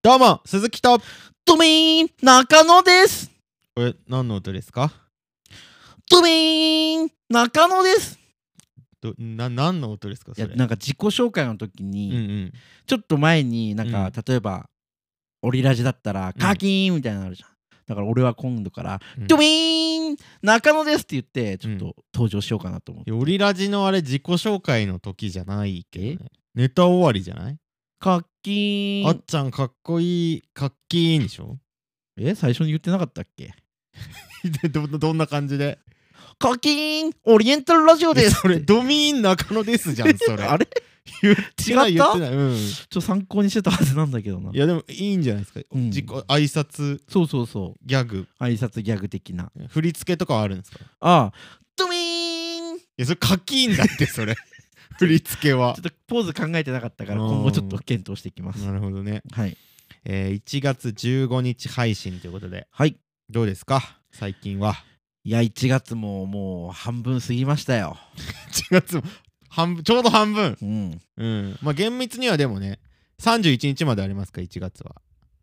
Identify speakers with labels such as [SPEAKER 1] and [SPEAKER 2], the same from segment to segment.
[SPEAKER 1] どうも、鈴木と、
[SPEAKER 2] ドメイン中野です
[SPEAKER 1] これ、何の音ですか
[SPEAKER 2] ドメイン中野です
[SPEAKER 1] どな何の音ですか
[SPEAKER 2] い
[SPEAKER 1] そ
[SPEAKER 2] や
[SPEAKER 1] れ。
[SPEAKER 2] なんか自己紹介の
[SPEAKER 1] う
[SPEAKER 2] 時に、
[SPEAKER 1] んうん。
[SPEAKER 2] ちょっと前になんか、
[SPEAKER 1] うん
[SPEAKER 2] 例えばオリラジだったらカーキーンみたいなのあるじゃん、だから俺は今度から、
[SPEAKER 1] うん
[SPEAKER 2] ドメイン中野ですって言ってちょっ
[SPEAKER 1] う
[SPEAKER 2] と登場しようかなと思って、
[SPEAKER 1] いやオリラジのあれ、自己紹介の時じゃないけど、ね、ネタ終わりじゃない、
[SPEAKER 2] カーキ
[SPEAKER 1] あ
[SPEAKER 2] ー
[SPEAKER 1] っ
[SPEAKER 2] ン
[SPEAKER 1] ちゃんかっこいい、かっきいいんでしょ
[SPEAKER 2] え最初に言ってなかったっけ
[SPEAKER 1] で どどんな感じで
[SPEAKER 2] カーキーンオリエンタルラジオです
[SPEAKER 1] それ、 ドミーン中野ですじゃん、それ。
[SPEAKER 2] あれ
[SPEAKER 1] 言ってない、
[SPEAKER 2] 違っ
[SPEAKER 1] 言ったてない。うん。い
[SPEAKER 2] ちょっと参考にしてたはずなんだけどな
[SPEAKER 1] や、でもいいんじゃないですか。
[SPEAKER 2] うん
[SPEAKER 1] 自己挨拶
[SPEAKER 2] そうそうそ
[SPEAKER 1] ギャグ
[SPEAKER 2] う挨拶ギャグ的な
[SPEAKER 1] 振り付けとかはあるんですかい
[SPEAKER 2] ああドメイン
[SPEAKER 1] やそれ書きんだってそ れ振り付けは
[SPEAKER 2] ちょっとポーズ考えてなかったから
[SPEAKER 1] うん
[SPEAKER 2] 今後ちょっと検討していきます。
[SPEAKER 1] なるほどね、
[SPEAKER 2] はい。
[SPEAKER 1] えー、1月15日配信ということで
[SPEAKER 2] はい。
[SPEAKER 1] どうですか最近は
[SPEAKER 2] いや、1月ももう半分過ぎましたよ。
[SPEAKER 1] 1月も半分ちょうど半分
[SPEAKER 2] うん。
[SPEAKER 1] うんまあ厳密にはでもね31日までありますか1月は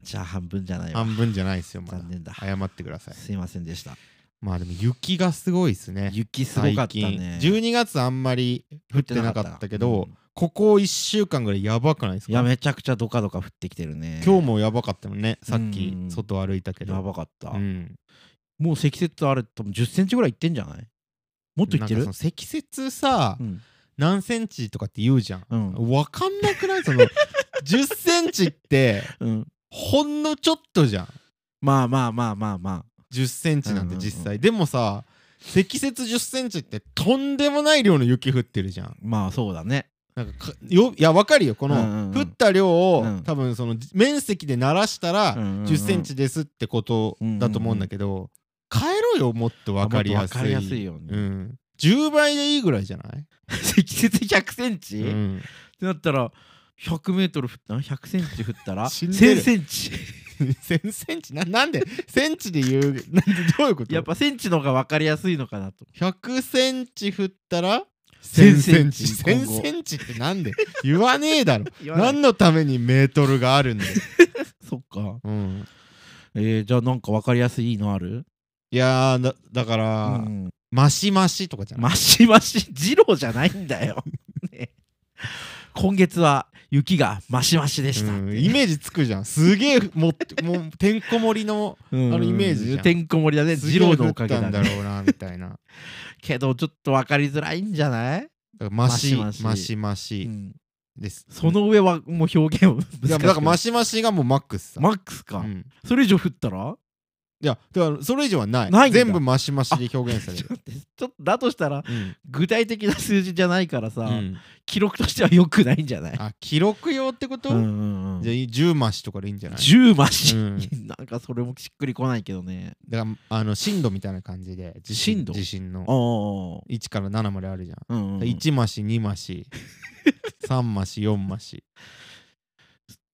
[SPEAKER 2] じゃあ半分じゃないわ。
[SPEAKER 1] 半分じゃないですよまだ
[SPEAKER 2] 残念だ
[SPEAKER 1] 謝ってください
[SPEAKER 2] すいませんでした。
[SPEAKER 1] まあでも雪がすごいですね
[SPEAKER 2] 雪すごかったね。
[SPEAKER 1] 最近12月あんまり降ってなかったけど、
[SPEAKER 2] うん
[SPEAKER 1] ここ1週間ぐらいやばくないですか
[SPEAKER 2] いや、めちゃくちゃドカドカ降ってきてるね。
[SPEAKER 1] 今日もやばかったもんねさっき
[SPEAKER 2] うん
[SPEAKER 1] 外歩いたけど
[SPEAKER 2] やばかった。
[SPEAKER 1] うん、
[SPEAKER 2] もう積雪あれ、多分10センチぐらいいってんじゃないもっといって
[SPEAKER 1] なんか
[SPEAKER 2] る
[SPEAKER 1] その積雪さ、
[SPEAKER 2] うん。
[SPEAKER 1] 何センチとかって言うじゃん、
[SPEAKER 2] うん。
[SPEAKER 1] わかんなくないその10センチって
[SPEAKER 2] うん
[SPEAKER 1] ほんのちょっとじゃん
[SPEAKER 2] まあまあまあまあまあ。
[SPEAKER 1] 10センチなんて
[SPEAKER 2] うんうんうん
[SPEAKER 1] 実際、でもさ積雪10センチってとんでもない量の雪降ってるじゃん
[SPEAKER 2] まあそうだね。
[SPEAKER 1] なんかかよいやわかるよこの、
[SPEAKER 2] うんうんう
[SPEAKER 1] 降
[SPEAKER 2] ん
[SPEAKER 1] った量を、
[SPEAKER 2] うん
[SPEAKER 1] 多分そのじ面積で鳴らしたら、
[SPEAKER 2] うんうんうん
[SPEAKER 1] 10センチですってことだと思うんだけど、変えろよもっとわかりやすい
[SPEAKER 2] わかりやすいよ
[SPEAKER 1] う
[SPEAKER 2] ね。
[SPEAKER 1] ん、10倍でいいぐらいじゃない、
[SPEAKER 2] 積雪100センチ
[SPEAKER 1] うん、
[SPEAKER 2] ってなったら100メートル降った100センチ降ったら
[SPEAKER 1] 死んでる
[SPEAKER 2] 1000センチ
[SPEAKER 1] 1000センチななんで センチで言うなんでどういうこと
[SPEAKER 2] やっぱセンチの方が分かりやすいのかなと
[SPEAKER 1] 100センチ振ったら
[SPEAKER 2] 1000センチ今後
[SPEAKER 1] 1000センチってなん で言わねえだろ
[SPEAKER 2] 言わない
[SPEAKER 1] 何のためにメートルがあるんだよ、
[SPEAKER 2] そっか
[SPEAKER 1] うん、
[SPEAKER 2] えー、じゃあなんか分かりやすいのある
[SPEAKER 1] いやーだだから、
[SPEAKER 2] うん
[SPEAKER 1] マシマシとかじゃない、
[SPEAKER 2] マシマシ二郎じゃないん だよ、ね今月は雪がマシマシでした、
[SPEAKER 1] うんイメージつくじゃんすげえもうもうてんこ盛りの
[SPEAKER 2] うん
[SPEAKER 1] あのイメージじゃん
[SPEAKER 2] てんこ盛りだね
[SPEAKER 1] すげ
[SPEAKER 2] 二
[SPEAKER 1] え降
[SPEAKER 2] 郎
[SPEAKER 1] っ
[SPEAKER 2] のおかげ
[SPEAKER 1] た
[SPEAKER 2] だ
[SPEAKER 1] んだ
[SPEAKER 2] ね
[SPEAKER 1] ろうなみたいなだか
[SPEAKER 2] けどちょっと分かりづらいんじゃない、
[SPEAKER 1] らマシマ
[SPEAKER 2] マ
[SPEAKER 1] シ
[SPEAKER 2] シ
[SPEAKER 1] マ
[SPEAKER 2] マシ
[SPEAKER 1] シ
[SPEAKER 2] うん
[SPEAKER 1] です、
[SPEAKER 2] その上はもう表現を難しく
[SPEAKER 1] いやだからマシマシがもうマックスさ
[SPEAKER 2] マックスか、
[SPEAKER 1] うん
[SPEAKER 2] それ以上降ったら
[SPEAKER 1] いやだからそれ以上はない
[SPEAKER 2] ないんだ
[SPEAKER 1] 全部マシマシで表現され
[SPEAKER 2] ちょ
[SPEAKER 1] る
[SPEAKER 2] っ と待ってちょっとだとしたら
[SPEAKER 1] うん
[SPEAKER 2] 具体的な数字じゃないからさ、
[SPEAKER 1] うん
[SPEAKER 2] 記録としては良くないんじゃない
[SPEAKER 1] あ記録用ってこと、
[SPEAKER 2] うんうんうん
[SPEAKER 1] じゃあ10マシとかでいいんじゃない
[SPEAKER 2] 10マシ、
[SPEAKER 1] うん
[SPEAKER 2] なんかそれもしっくりこないけどね
[SPEAKER 1] だからあの震度みたいな感じで地震
[SPEAKER 2] 震度
[SPEAKER 1] 地震の
[SPEAKER 2] ああ
[SPEAKER 1] 1から7まであるじゃん、
[SPEAKER 2] うんうんうん、
[SPEAKER 1] 1マシ2マ シ3マシ4マシ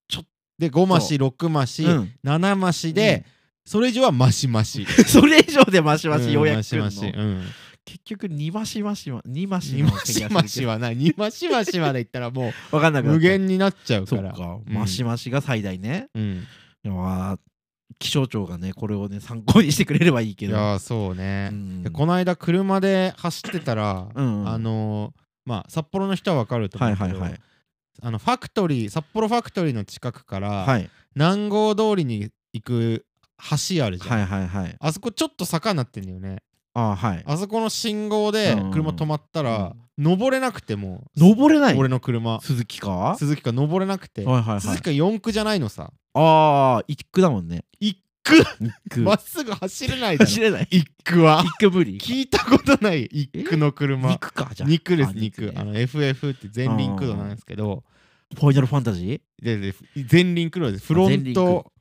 [SPEAKER 2] ちょっ
[SPEAKER 1] で5マシ6マシ、
[SPEAKER 2] うん
[SPEAKER 1] 7マシで、、それ以上はマシマシ
[SPEAKER 2] うん それ以上でマシマシようや
[SPEAKER 1] マ
[SPEAKER 2] く
[SPEAKER 1] シ
[SPEAKER 2] 来るの、
[SPEAKER 1] マシ、うん、
[SPEAKER 2] 結局2マシマシは2マシ
[SPEAKER 1] 2
[SPEAKER 2] の
[SPEAKER 1] マシマシはない2マシマシまでいったらも
[SPEAKER 2] 分かん な
[SPEAKER 1] う
[SPEAKER 2] くなっ
[SPEAKER 1] 無
[SPEAKER 2] た
[SPEAKER 1] 限になっちゃう
[SPEAKER 2] そ
[SPEAKER 1] か
[SPEAKER 2] う
[SPEAKER 1] ら
[SPEAKER 2] か、
[SPEAKER 1] うん
[SPEAKER 2] マシマシが最大ね
[SPEAKER 1] うん、
[SPEAKER 2] いやー気象庁がねこれをね参考にしてくれればいい
[SPEAKER 1] い
[SPEAKER 2] けど
[SPEAKER 1] やーそうね、
[SPEAKER 2] うん
[SPEAKER 1] でこの間車で走ってたら、
[SPEAKER 2] うんうん
[SPEAKER 1] あのーまあ札幌の人はわかると思
[SPEAKER 2] は
[SPEAKER 1] う
[SPEAKER 2] い
[SPEAKER 1] けど、
[SPEAKER 2] はいはい
[SPEAKER 1] あのファクトリー札幌ファクトリーの近くから、
[SPEAKER 2] はい
[SPEAKER 1] 南郷通りに行く橋あるじゃん、
[SPEAKER 2] はいはいはい
[SPEAKER 1] あそこちょっと坂になってんだよね
[SPEAKER 2] ああはい
[SPEAKER 1] あそこの信号で
[SPEAKER 2] うん
[SPEAKER 1] 車止まったら、登れなくても
[SPEAKER 2] 登れない
[SPEAKER 1] 俺の車
[SPEAKER 2] 鈴木か
[SPEAKER 1] 鈴木が登れなくて、
[SPEAKER 2] はいはいは
[SPEAKER 1] 鈴
[SPEAKER 2] い
[SPEAKER 1] 木が4区じゃないのさ
[SPEAKER 2] ああ、一区だもんね。
[SPEAKER 1] 一区
[SPEAKER 2] 一区。
[SPEAKER 1] まっすぐ走れないだろ
[SPEAKER 2] 走れない。
[SPEAKER 1] 一区は
[SPEAKER 2] 一区ぶり。
[SPEAKER 1] 聞いたことない一区の車
[SPEAKER 2] 二区か、じゃあ。
[SPEAKER 1] 肉で
[SPEAKER 2] あ
[SPEAKER 1] す肉
[SPEAKER 2] ね
[SPEAKER 1] あの FF って前輪駆動なんですけど
[SPEAKER 2] ファイナルファンタジー
[SPEAKER 1] でで前輪駆動ですフロント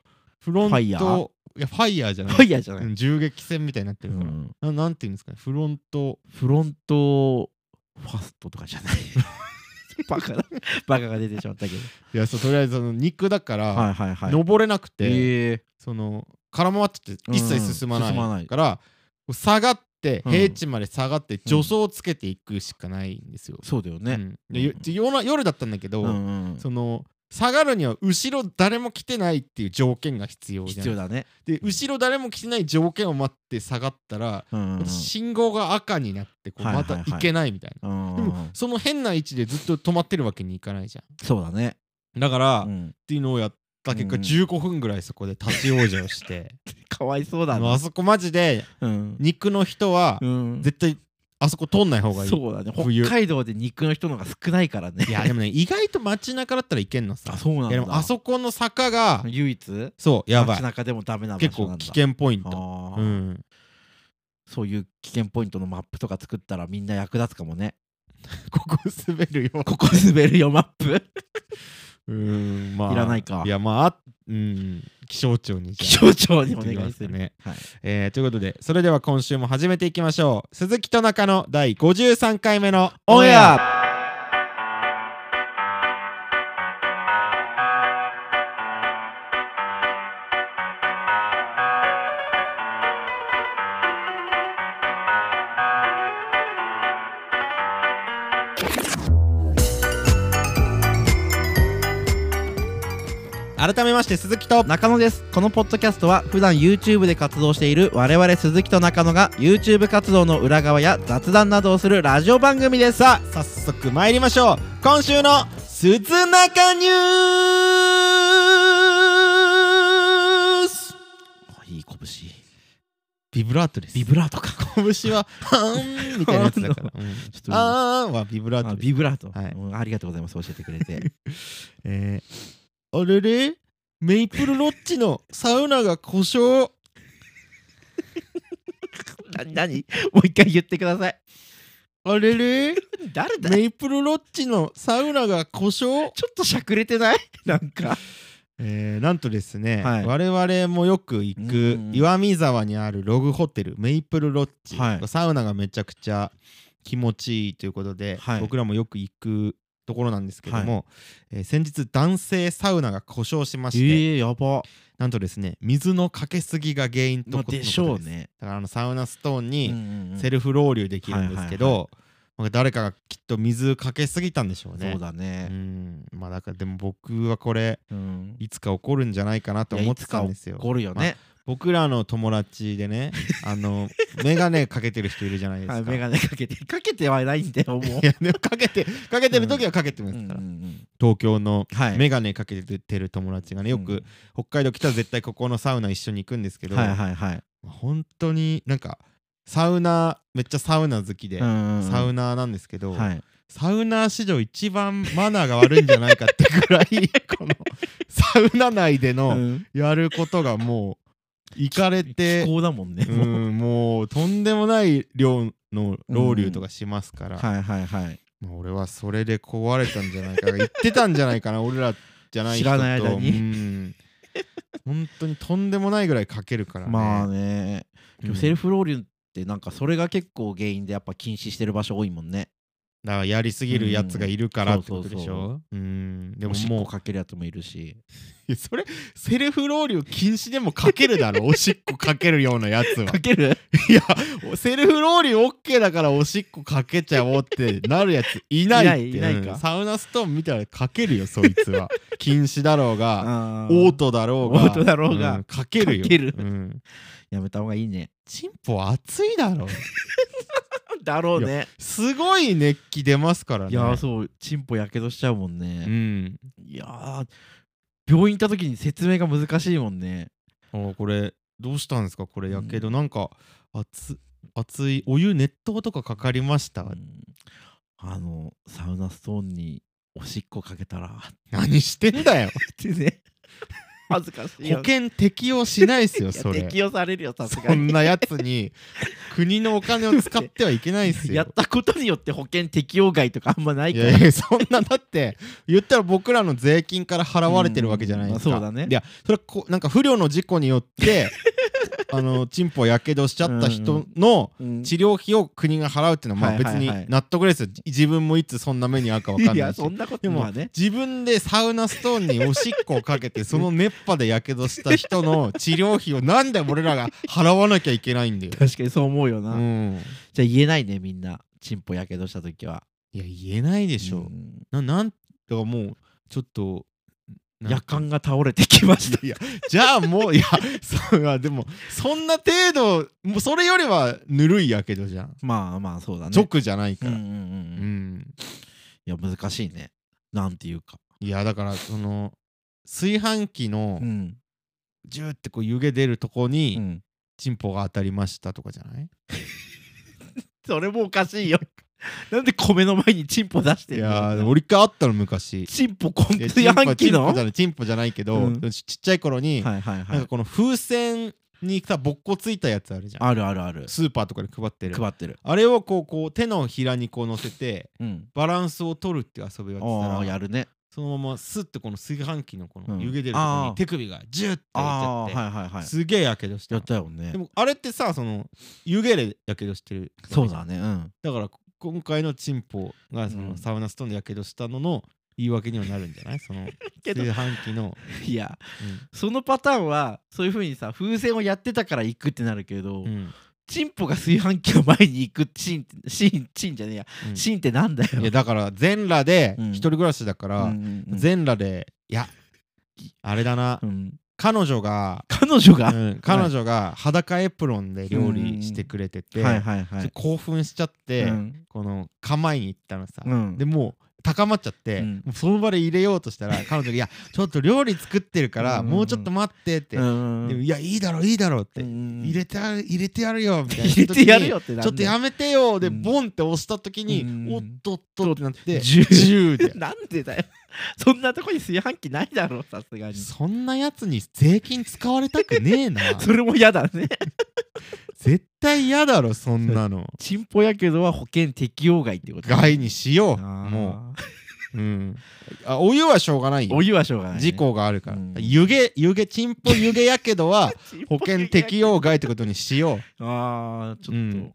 [SPEAKER 1] フロント
[SPEAKER 2] ファイヤー
[SPEAKER 1] いやファイヤーじゃない
[SPEAKER 2] ファイヤーじゃな
[SPEAKER 1] う
[SPEAKER 2] い。
[SPEAKER 1] ん銃撃戦みたいになってる
[SPEAKER 2] う
[SPEAKER 1] から、
[SPEAKER 2] ん
[SPEAKER 1] ななんていうんですかねフロント
[SPEAKER 2] フロントファストとかじゃない。 バカだ。バカが出てしまったけど。
[SPEAKER 1] いやそうとりあえずその肉だから、
[SPEAKER 2] はいはいはい。
[SPEAKER 1] 登れなくて、
[SPEAKER 2] ええ。
[SPEAKER 1] その空回ってて一切進ま
[SPEAKER 2] うん進ま
[SPEAKER 1] な
[SPEAKER 2] ないい
[SPEAKER 1] から、こう下がって
[SPEAKER 2] うん
[SPEAKER 1] 平地まで下がって助走をつけていくしかないんですよ。
[SPEAKER 2] そうだよ
[SPEAKER 1] う
[SPEAKER 2] ね。
[SPEAKER 1] んでよ夜な夜だったんだけど、
[SPEAKER 2] うんうん
[SPEAKER 1] その下がるには後ろ誰も来てないっていう条件が必要じゃ
[SPEAKER 2] 必
[SPEAKER 1] ん
[SPEAKER 2] 要だね。
[SPEAKER 1] で後ろ誰も来てない条件を待って下がったら、
[SPEAKER 2] うんうん
[SPEAKER 1] 信号が赤になってこう
[SPEAKER 2] はいは
[SPEAKER 1] ま
[SPEAKER 2] いは
[SPEAKER 1] た
[SPEAKER 2] い
[SPEAKER 1] 行けないみたいな、
[SPEAKER 2] うん。
[SPEAKER 1] でもその変な位置でずっと止まってるわけにいかないじゃ
[SPEAKER 2] そうだね。
[SPEAKER 1] んだから、っ
[SPEAKER 2] うん
[SPEAKER 1] ていうのをやった結果
[SPEAKER 2] うん
[SPEAKER 1] 15分ぐらいそこで立ち往生して、
[SPEAKER 2] かわいそう
[SPEAKER 1] あ
[SPEAKER 2] だ
[SPEAKER 1] のあ
[SPEAKER 2] な。
[SPEAKER 1] そこマジで
[SPEAKER 2] うん。
[SPEAKER 1] 肉の人は
[SPEAKER 2] うん
[SPEAKER 1] 絶対あそこ通んない方がいい、
[SPEAKER 2] そうだね。
[SPEAKER 1] 冬
[SPEAKER 2] 北海道で肉の人の方が少ないからね。
[SPEAKER 1] いやでもね意外と街中だったらいけんのさ
[SPEAKER 2] あそうなんだ
[SPEAKER 1] いやでもあそこの坂が
[SPEAKER 2] 唯一
[SPEAKER 1] そうやば
[SPEAKER 2] 街
[SPEAKER 1] い
[SPEAKER 2] 中でもダメな場
[SPEAKER 1] 結
[SPEAKER 2] 所な
[SPEAKER 1] 構
[SPEAKER 2] んだ
[SPEAKER 1] 危険ポイント
[SPEAKER 2] あー
[SPEAKER 1] うん
[SPEAKER 2] そういう危険ポイントのマップとか作ったらみんな役立つかもね
[SPEAKER 1] ここ滑るよ
[SPEAKER 2] ここ滑るよマップ
[SPEAKER 1] うんまあ
[SPEAKER 2] いらないか
[SPEAKER 1] いやまああうん気象庁にじゃあ
[SPEAKER 2] 気象庁にお願いする
[SPEAKER 1] ね
[SPEAKER 2] はい
[SPEAKER 1] えーということでそれでは今週も始めていきましょう鈴木と中の第53回目の
[SPEAKER 2] オンエア
[SPEAKER 1] 改めまして鈴木と
[SPEAKER 2] 中野ですこのポッドキャストは普段 YouTube で活動している我々鈴木と中野が YouTube 活動の裏側や雑談などをするラジオ番組ですさ
[SPEAKER 1] 早速参りましょう今週の鈴中ニュース
[SPEAKER 2] あいい拳
[SPEAKER 1] ビブラートです
[SPEAKER 2] ビブラートか
[SPEAKER 1] 拳は「はーん」みたいなやつだから「うん
[SPEAKER 2] っと
[SPEAKER 1] あーん」はビブラー
[SPEAKER 2] あ
[SPEAKER 1] トです
[SPEAKER 2] ビブラート、
[SPEAKER 1] はい
[SPEAKER 2] うんありがとうございます教えてくれ て
[SPEAKER 1] えー、あれれメイプルロッチのサウナが故障
[SPEAKER 2] な何もう一回言ってください
[SPEAKER 1] あれれ
[SPEAKER 2] 誰だ
[SPEAKER 1] メイプルロッチのサウナが故障
[SPEAKER 2] ちょっとしゃくれてないなんか
[SPEAKER 1] えー、なんとですね、
[SPEAKER 2] はい
[SPEAKER 1] 我々もよく行く
[SPEAKER 2] うん
[SPEAKER 1] 岩見沢にあるログホテルメイプルロッチ、
[SPEAKER 2] はい
[SPEAKER 1] サウナがめちゃくちゃ気持ちいいということで、
[SPEAKER 2] はい
[SPEAKER 1] 僕らもよく行くところなんですけども、えー先日男性サウナが故障しまして、
[SPEAKER 2] えやば
[SPEAKER 1] なんとですね水のかけすぎが原因と
[SPEAKER 2] ま
[SPEAKER 1] こ
[SPEAKER 2] あ
[SPEAKER 1] とのこと
[SPEAKER 2] で
[SPEAKER 1] です
[SPEAKER 2] しょうね
[SPEAKER 1] だからあのサウナストーン
[SPEAKER 2] う
[SPEAKER 1] に
[SPEAKER 2] んうんうん
[SPEAKER 1] セルフロウリュできるんですけ
[SPEAKER 2] はいは
[SPEAKER 1] ど、まあ誰かがきっと水かけすぎたんでしょうね。
[SPEAKER 2] そうだ
[SPEAKER 1] う
[SPEAKER 2] ね
[SPEAKER 1] んまあだからでも僕はこれ
[SPEAKER 2] うん
[SPEAKER 1] いつか起こるんじゃないかなと思ってたんですよ。
[SPEAKER 2] 怒るよね
[SPEAKER 1] 僕らの友達でねあ の眼鏡かけてる人いるじゃないですか。
[SPEAKER 2] はいメガネかけてかけてはないんだよもう
[SPEAKER 1] いやでもかけてかけてる時はかけてますから、
[SPEAKER 2] うん
[SPEAKER 1] 東京の
[SPEAKER 2] はい
[SPEAKER 1] 眼鏡かけてる友達がねよく北海道来たら絶対ここのサウナ一緒に行くんですけ
[SPEAKER 2] うん
[SPEAKER 1] ど、
[SPEAKER 2] はいはいはい
[SPEAKER 1] 本当になんかサウナーめっちゃサウナ好きで、サ
[SPEAKER 2] サ
[SPEAKER 1] ウナーなんですけど、
[SPEAKER 2] はい
[SPEAKER 1] サウナー史上一番マナーが悪いんじゃないかってぐらいこのサウナ内での
[SPEAKER 2] うん
[SPEAKER 1] やることがもういかれて
[SPEAKER 2] 気候だもんね
[SPEAKER 1] う
[SPEAKER 2] もうん
[SPEAKER 1] もうとんでもない量のロウリュとかしますから、
[SPEAKER 2] はいはいはい
[SPEAKER 1] まあ俺はそれで壊れたんじゃないか言ってたんじゃないかな俺らじゃない人と
[SPEAKER 2] 知らない間に
[SPEAKER 1] うん本当にとんでもないぐらいかけるからね。
[SPEAKER 2] まあね
[SPEAKER 1] うん
[SPEAKER 2] でもセルフローリュってなんかそれが結構原因でやっぱ禁止してる場所多いもんね
[SPEAKER 1] だからやりすぎるやつがいるからってことで
[SPEAKER 2] うん
[SPEAKER 1] し
[SPEAKER 2] そうそう
[SPEAKER 1] ょうんで
[SPEAKER 2] で
[SPEAKER 1] も
[SPEAKER 2] もも
[SPEAKER 1] も
[SPEAKER 2] うかけるやつもいるし
[SPEAKER 1] うそれセルフロウリュ禁止でもかけるだ ろおしっこかけるようなやつは
[SPEAKER 2] かける
[SPEAKER 1] いやセルフロウリュ OK だからおしっこかけちゃおうってなるやついないって
[SPEAKER 2] いないいないか
[SPEAKER 1] うんサウナストーン見たらかけるよそいつは 禁止だろうが
[SPEAKER 2] あ
[SPEAKER 1] オートだろうが
[SPEAKER 2] オートだろうが
[SPEAKER 1] んかけるよ
[SPEAKER 2] かける
[SPEAKER 1] うん
[SPEAKER 2] やめた方がいいね
[SPEAKER 1] チンポ熱いだろ
[SPEAKER 2] だろうね
[SPEAKER 1] すごい熱気出ますからね
[SPEAKER 2] いやーそうチンポやけどしちゃうもん
[SPEAKER 1] う
[SPEAKER 2] ね、
[SPEAKER 1] ん
[SPEAKER 2] いやー病院行った時に説明が難しいもんね
[SPEAKER 1] おこれどうしたんですかこれやけど、なんか熱熱いお湯熱湯とかかかりました、
[SPEAKER 2] うんあのサウナストーンにおしっこかけたらっ
[SPEAKER 1] 何してんだよ
[SPEAKER 2] てね恥ずかし
[SPEAKER 1] 保
[SPEAKER 2] いよ
[SPEAKER 1] 険適用しないですよ
[SPEAKER 2] いや
[SPEAKER 1] それ
[SPEAKER 2] 適用されるよさす
[SPEAKER 1] そ
[SPEAKER 2] が
[SPEAKER 1] ん
[SPEAKER 2] に
[SPEAKER 1] なやつに国のお金を使ってはいけないですよ
[SPEAKER 2] やったことによって保険適用外とかあんまない
[SPEAKER 1] い
[SPEAKER 2] から
[SPEAKER 1] やいやそんなだって言ったら僕らの税金から払われてるわけじゃないですか、
[SPEAKER 2] うんまあそうだね
[SPEAKER 1] いやそれはこうなんか不慮の事故によって あのチンポやけどしちゃった人の
[SPEAKER 2] うん
[SPEAKER 1] 治療費を国が払うっていうのはまあ
[SPEAKER 2] はい
[SPEAKER 1] 別
[SPEAKER 2] はいはい
[SPEAKER 1] に納得ですよ自分もいつそんな目に遭うか分かん
[SPEAKER 2] い
[SPEAKER 1] ない
[SPEAKER 2] や
[SPEAKER 1] し
[SPEAKER 2] そんなこと
[SPEAKER 1] でも
[SPEAKER 2] まあね
[SPEAKER 1] 自分でサウナストーンにおしっこをかけてその熱波でやけどした人の治療費をなんで俺らが払わなきゃいけないんだよ。
[SPEAKER 2] 確かにそう思うよ
[SPEAKER 1] う
[SPEAKER 2] な、
[SPEAKER 1] ん、
[SPEAKER 2] じゃあ言えないねみんなチンポやけどした時はい
[SPEAKER 1] や言えないでしょ。
[SPEAKER 2] ん
[SPEAKER 1] ななんだからもうちょっとなんか
[SPEAKER 2] 夜間が倒れてきました
[SPEAKER 1] いやじゃあもういやそういやでもそんな程度もうそれよりはぬるいやけどじゃん
[SPEAKER 2] まあまあそうだね
[SPEAKER 1] 直じゃないか
[SPEAKER 2] うん
[SPEAKER 1] ら
[SPEAKER 2] うん
[SPEAKER 1] う
[SPEAKER 2] うん
[SPEAKER 1] ん、
[SPEAKER 2] いや難しいねなんていうか
[SPEAKER 1] いやだからその炊飯器の
[SPEAKER 2] ん、
[SPEAKER 1] ジューってこう湯気出るとこに、
[SPEAKER 2] うん、
[SPEAKER 1] チンポが当たりましたとかじゃない
[SPEAKER 2] それもおかしいよ なんで米の前にチンポ出して
[SPEAKER 1] い
[SPEAKER 2] る
[SPEAKER 1] やー
[SPEAKER 2] の
[SPEAKER 1] 俺一回あったの昔
[SPEAKER 2] チンポコン
[SPEAKER 1] いや
[SPEAKER 2] 炊飯器の
[SPEAKER 1] チンポじゃないチンポじゃないけど、
[SPEAKER 2] うん
[SPEAKER 1] ちちっちゃい頃に、
[SPEAKER 2] はいはいは
[SPEAKER 1] なんか
[SPEAKER 2] い
[SPEAKER 1] この風船にさぼっこついたやつあるじゃん
[SPEAKER 2] あるあるある
[SPEAKER 1] スーパーとかで配ってる
[SPEAKER 2] 配ってる
[SPEAKER 1] あれをこうこう手のひらにこう乗せて
[SPEAKER 2] うん
[SPEAKER 1] バランスを取るっていう遊びをやって
[SPEAKER 2] ああ
[SPEAKER 1] た
[SPEAKER 2] や
[SPEAKER 1] ら
[SPEAKER 2] るね
[SPEAKER 1] そのままスッてこの炊飯器のこ
[SPEAKER 2] う
[SPEAKER 1] の
[SPEAKER 2] ん
[SPEAKER 1] 湯気出るとこ
[SPEAKER 2] あー
[SPEAKER 1] に手首がジュッて置いち
[SPEAKER 2] あ
[SPEAKER 1] ゃって、
[SPEAKER 2] あはいはいはい
[SPEAKER 1] すげえやけどした
[SPEAKER 2] や
[SPEAKER 1] の
[SPEAKER 2] ったよね
[SPEAKER 1] でもあれってさその湯気でやけどしてる
[SPEAKER 2] そうだねうん
[SPEAKER 1] だから今回のチンポがそ
[SPEAKER 2] うん
[SPEAKER 1] のサウナストーンでやけどしたのの言い訳にはなるんじゃないその
[SPEAKER 2] けど
[SPEAKER 1] 炊飯器の、
[SPEAKER 2] いやそのパターンはそういう風にさ風船をやってたから行くってなるけど、
[SPEAKER 1] うんうん
[SPEAKER 2] チンポが炊飯器の前に行くシーンってシーンシーンじゃねえや、
[SPEAKER 1] うん
[SPEAKER 2] シーンってなんだよ
[SPEAKER 1] いやだから全裸で
[SPEAKER 2] うん
[SPEAKER 1] 一人暮らしだから、
[SPEAKER 2] うんうんうん
[SPEAKER 1] 全裸でいやあれだな、
[SPEAKER 2] うん
[SPEAKER 1] 彼女が、
[SPEAKER 2] 彼女が、
[SPEAKER 1] うん彼女が裸エプロンで料理してくれてて、
[SPEAKER 2] はいはいは
[SPEAKER 1] ちょっと
[SPEAKER 2] い
[SPEAKER 1] 興奮しちゃって、
[SPEAKER 2] うん
[SPEAKER 1] この構えに行ったのさ、
[SPEAKER 2] うん
[SPEAKER 1] でもう高まっちゃって、
[SPEAKER 2] うん
[SPEAKER 1] もうその場で入れようとした ら彼女が「いやちょっと料理作ってるから
[SPEAKER 2] うん
[SPEAKER 1] もうちょっと待って」って
[SPEAKER 2] う、ん
[SPEAKER 1] でもいやいいだろういいだろう」って、入
[SPEAKER 2] 入
[SPEAKER 1] れてやる入れてやるよみたいな
[SPEAKER 2] 入れてやるよって
[SPEAKER 1] 時に
[SPEAKER 2] なん
[SPEAKER 1] ちょっと
[SPEAKER 2] だよ
[SPEAKER 1] やめてよで、
[SPEAKER 2] うん
[SPEAKER 1] ボンって押した時に、
[SPEAKER 2] うん
[SPEAKER 1] おっとっとってなって
[SPEAKER 2] 銃
[SPEAKER 1] 銃で
[SPEAKER 2] なんでだよそんなとこに炊飯器ないだろさすがに
[SPEAKER 1] そんなやつに税金使われたくねえな
[SPEAKER 2] それも嫌だね
[SPEAKER 1] 絶対嫌だろそんなの
[SPEAKER 2] チンポやけどは保険適用外ってことだ
[SPEAKER 1] 害にしよう
[SPEAKER 2] あー
[SPEAKER 1] もう、うん、あお湯はしょうがないよ
[SPEAKER 2] お湯はしょうがないね、
[SPEAKER 1] 事故があるから、
[SPEAKER 2] うん
[SPEAKER 1] 湯気湯気チンポ湯気やけど は
[SPEAKER 2] チンポ
[SPEAKER 1] 保
[SPEAKER 2] やけど
[SPEAKER 1] 険適用外ってことにしよう
[SPEAKER 2] あーちょっと、
[SPEAKER 1] うん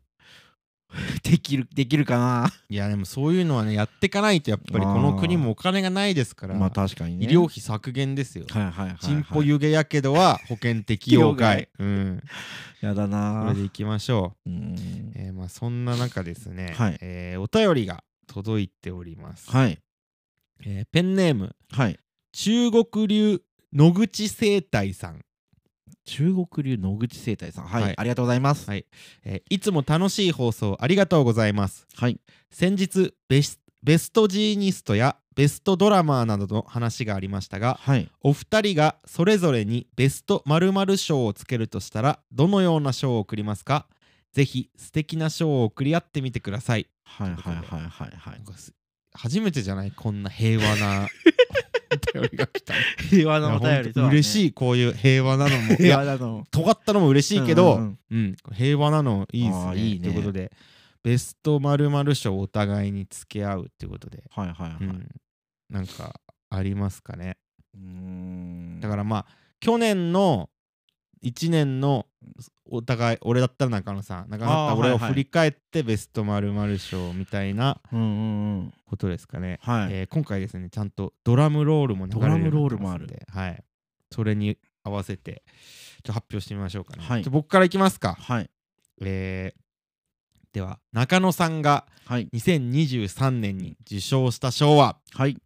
[SPEAKER 2] できるできるかない
[SPEAKER 1] やでもそう いうのはねやっていかないとやっぱりこの国もお金がないですから、
[SPEAKER 2] まあ確かにね
[SPEAKER 1] 医療費削減ですよ、
[SPEAKER 2] はいはいはい、はい、
[SPEAKER 1] チンポ湯気やけどは保険適用外うん
[SPEAKER 2] やだ
[SPEAKER 1] こ
[SPEAKER 2] な
[SPEAKER 1] れでいきましょ
[SPEAKER 2] う、
[SPEAKER 1] うんえーまあそんな中ですね、
[SPEAKER 2] はい
[SPEAKER 1] えーお便りが届いております、
[SPEAKER 2] はい
[SPEAKER 1] えーペンネーム
[SPEAKER 2] はい
[SPEAKER 1] 中国流野口生態さん、
[SPEAKER 2] 中国流野口生態さんはい、
[SPEAKER 1] はい
[SPEAKER 2] ありがとうございます
[SPEAKER 1] はいえーいつも楽しい放送ありがとうございます
[SPEAKER 2] はい
[SPEAKER 1] 先日ベスベストジーニストやベストドラマーなどの話がありましたが
[SPEAKER 2] はい
[SPEAKER 1] お二人がそれぞれにベスト〇〇賞をつけるとしたらどのような賞を贈りますかぜひ素敵な賞を贈り合ってみてください、
[SPEAKER 2] はいはいはいはいはい
[SPEAKER 1] なんかす初めてじゃないこんな 平 和なお便りが来た
[SPEAKER 2] 平和
[SPEAKER 1] いや本当嬉し
[SPEAKER 2] い
[SPEAKER 1] いこういう平和なのもい
[SPEAKER 2] 平
[SPEAKER 1] や
[SPEAKER 2] 和なの
[SPEAKER 1] 尖ったのも嬉しいけど、う
[SPEAKER 2] う
[SPEAKER 1] んん
[SPEAKER 2] うん
[SPEAKER 1] 平和なのいいです
[SPEAKER 2] あー
[SPEAKER 1] ね
[SPEAKER 2] いい
[SPEAKER 1] と
[SPEAKER 2] ね
[SPEAKER 1] いうことでベスト〇〇賞をお互いに付け合うということで
[SPEAKER 2] はいはいは
[SPEAKER 1] う
[SPEAKER 2] い、
[SPEAKER 1] ん、なんかありますかね
[SPEAKER 2] うーん
[SPEAKER 1] だからまあ去年の1年のお互い俺だったら中野さん中野だった
[SPEAKER 2] あ
[SPEAKER 1] ら
[SPEAKER 2] ー
[SPEAKER 1] 俺を
[SPEAKER 2] はいはい
[SPEAKER 1] 振り返ってベスト〇〇賞みたいな
[SPEAKER 2] うんうんうん
[SPEAKER 1] ことですかね、
[SPEAKER 2] はい、
[SPEAKER 1] えー今回ですねちゃんとドラムロールも流れるようになってますんで
[SPEAKER 2] ドラムロールもある
[SPEAKER 1] はいそれに合わせてちょっと発表してみましょうかね、
[SPEAKER 2] はい
[SPEAKER 1] じゃあ僕からいきますか
[SPEAKER 2] はい
[SPEAKER 1] えーでは中野さんが
[SPEAKER 2] はい
[SPEAKER 1] 2023年に受賞した賞は
[SPEAKER 2] はい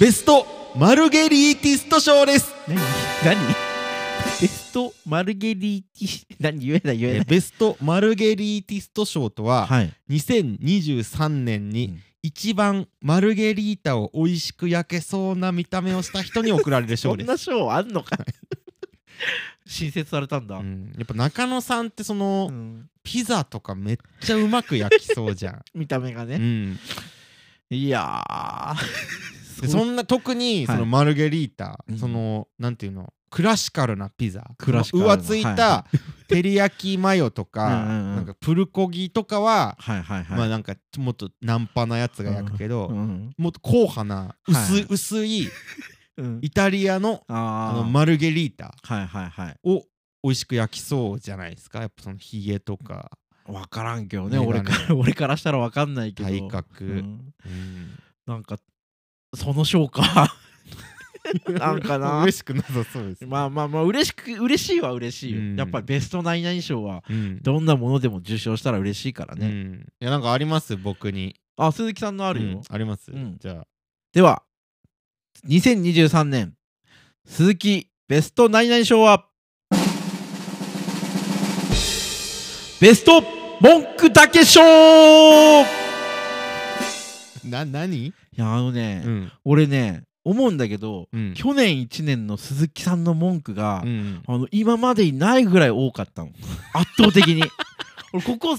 [SPEAKER 1] ベストマルゲリーティスト賞です
[SPEAKER 2] 何何ベストマルゲリーティ何言えない言え
[SPEAKER 1] え
[SPEAKER 2] な
[SPEAKER 1] ー
[SPEAKER 2] い
[SPEAKER 1] ベストマルゲリーティスト賞とは、
[SPEAKER 2] はい
[SPEAKER 1] 2023年
[SPEAKER 2] う
[SPEAKER 1] に
[SPEAKER 2] ん
[SPEAKER 1] 一番マルゲリータを美味しく焼けそうな見た目をした人に贈られる
[SPEAKER 2] そ
[SPEAKER 1] 賞
[SPEAKER 2] ん
[SPEAKER 1] です
[SPEAKER 2] な賞あんのか新設されたんだ、
[SPEAKER 1] うんやっぱ中野さんってその、
[SPEAKER 2] うん
[SPEAKER 1] ピザとかめっちゃうまく焼きそうじ ゃん、
[SPEAKER 2] 見た目が
[SPEAKER 1] う
[SPEAKER 2] ね、
[SPEAKER 1] ん、
[SPEAKER 2] いやー
[SPEAKER 1] で そんな特に
[SPEAKER 2] はい
[SPEAKER 1] そのマルゲリータ、
[SPEAKER 2] うん
[SPEAKER 1] そのなんていうのクラシカルなピザ
[SPEAKER 2] クラシカルな
[SPEAKER 1] 浮ついた
[SPEAKER 2] は
[SPEAKER 1] 照り焼きマヨとか
[SPEAKER 2] うんうんうん
[SPEAKER 1] なんかプルコギとかは、
[SPEAKER 2] はいはいはい
[SPEAKER 1] まあなんかもっとナンパなやつが焼くけど、
[SPEAKER 2] うん
[SPEAKER 1] もっと硬派な薄,、
[SPEAKER 2] はい
[SPEAKER 1] い、薄い
[SPEAKER 2] うん
[SPEAKER 1] イタリアのあ
[SPEAKER 2] あ
[SPEAKER 1] の
[SPEAKER 2] ー
[SPEAKER 1] マルゲリータ
[SPEAKER 2] はいはいはい
[SPEAKER 1] を美味しく焼きそうじゃないですかやっぱそのヒゲとか
[SPEAKER 2] 分からんけどね
[SPEAKER 1] 眼
[SPEAKER 2] 俺
[SPEAKER 1] 鏡
[SPEAKER 2] から俺からしたら分かんないけど
[SPEAKER 1] 体格、
[SPEAKER 2] うん
[SPEAKER 1] うん
[SPEAKER 2] なんかその賞かなん かな
[SPEAKER 1] 嬉しくなさそうです、
[SPEAKER 2] まあまあまあ嬉しく嬉しいは嬉しいよ、
[SPEAKER 1] うん
[SPEAKER 2] やっぱりベストナイナイン賞は
[SPEAKER 1] うん
[SPEAKER 2] どんなものでも受賞したら嬉しいから
[SPEAKER 1] う
[SPEAKER 2] ね、
[SPEAKER 1] んいやなんかあります僕に
[SPEAKER 2] あ鈴木さんのあるよ、
[SPEAKER 1] うんあります、
[SPEAKER 2] うん
[SPEAKER 1] じゃあ
[SPEAKER 2] では2023年鈴木ベスト何々賞はベスト文句だけ賞い
[SPEAKER 1] な何
[SPEAKER 2] やあのね、
[SPEAKER 1] うん
[SPEAKER 2] 俺ね思うんだけど、
[SPEAKER 1] うん
[SPEAKER 2] 去年1年の鈴木さんの文句が、
[SPEAKER 1] うん
[SPEAKER 2] あの今までにないぐらい多かったの圧倒的に 俺ここ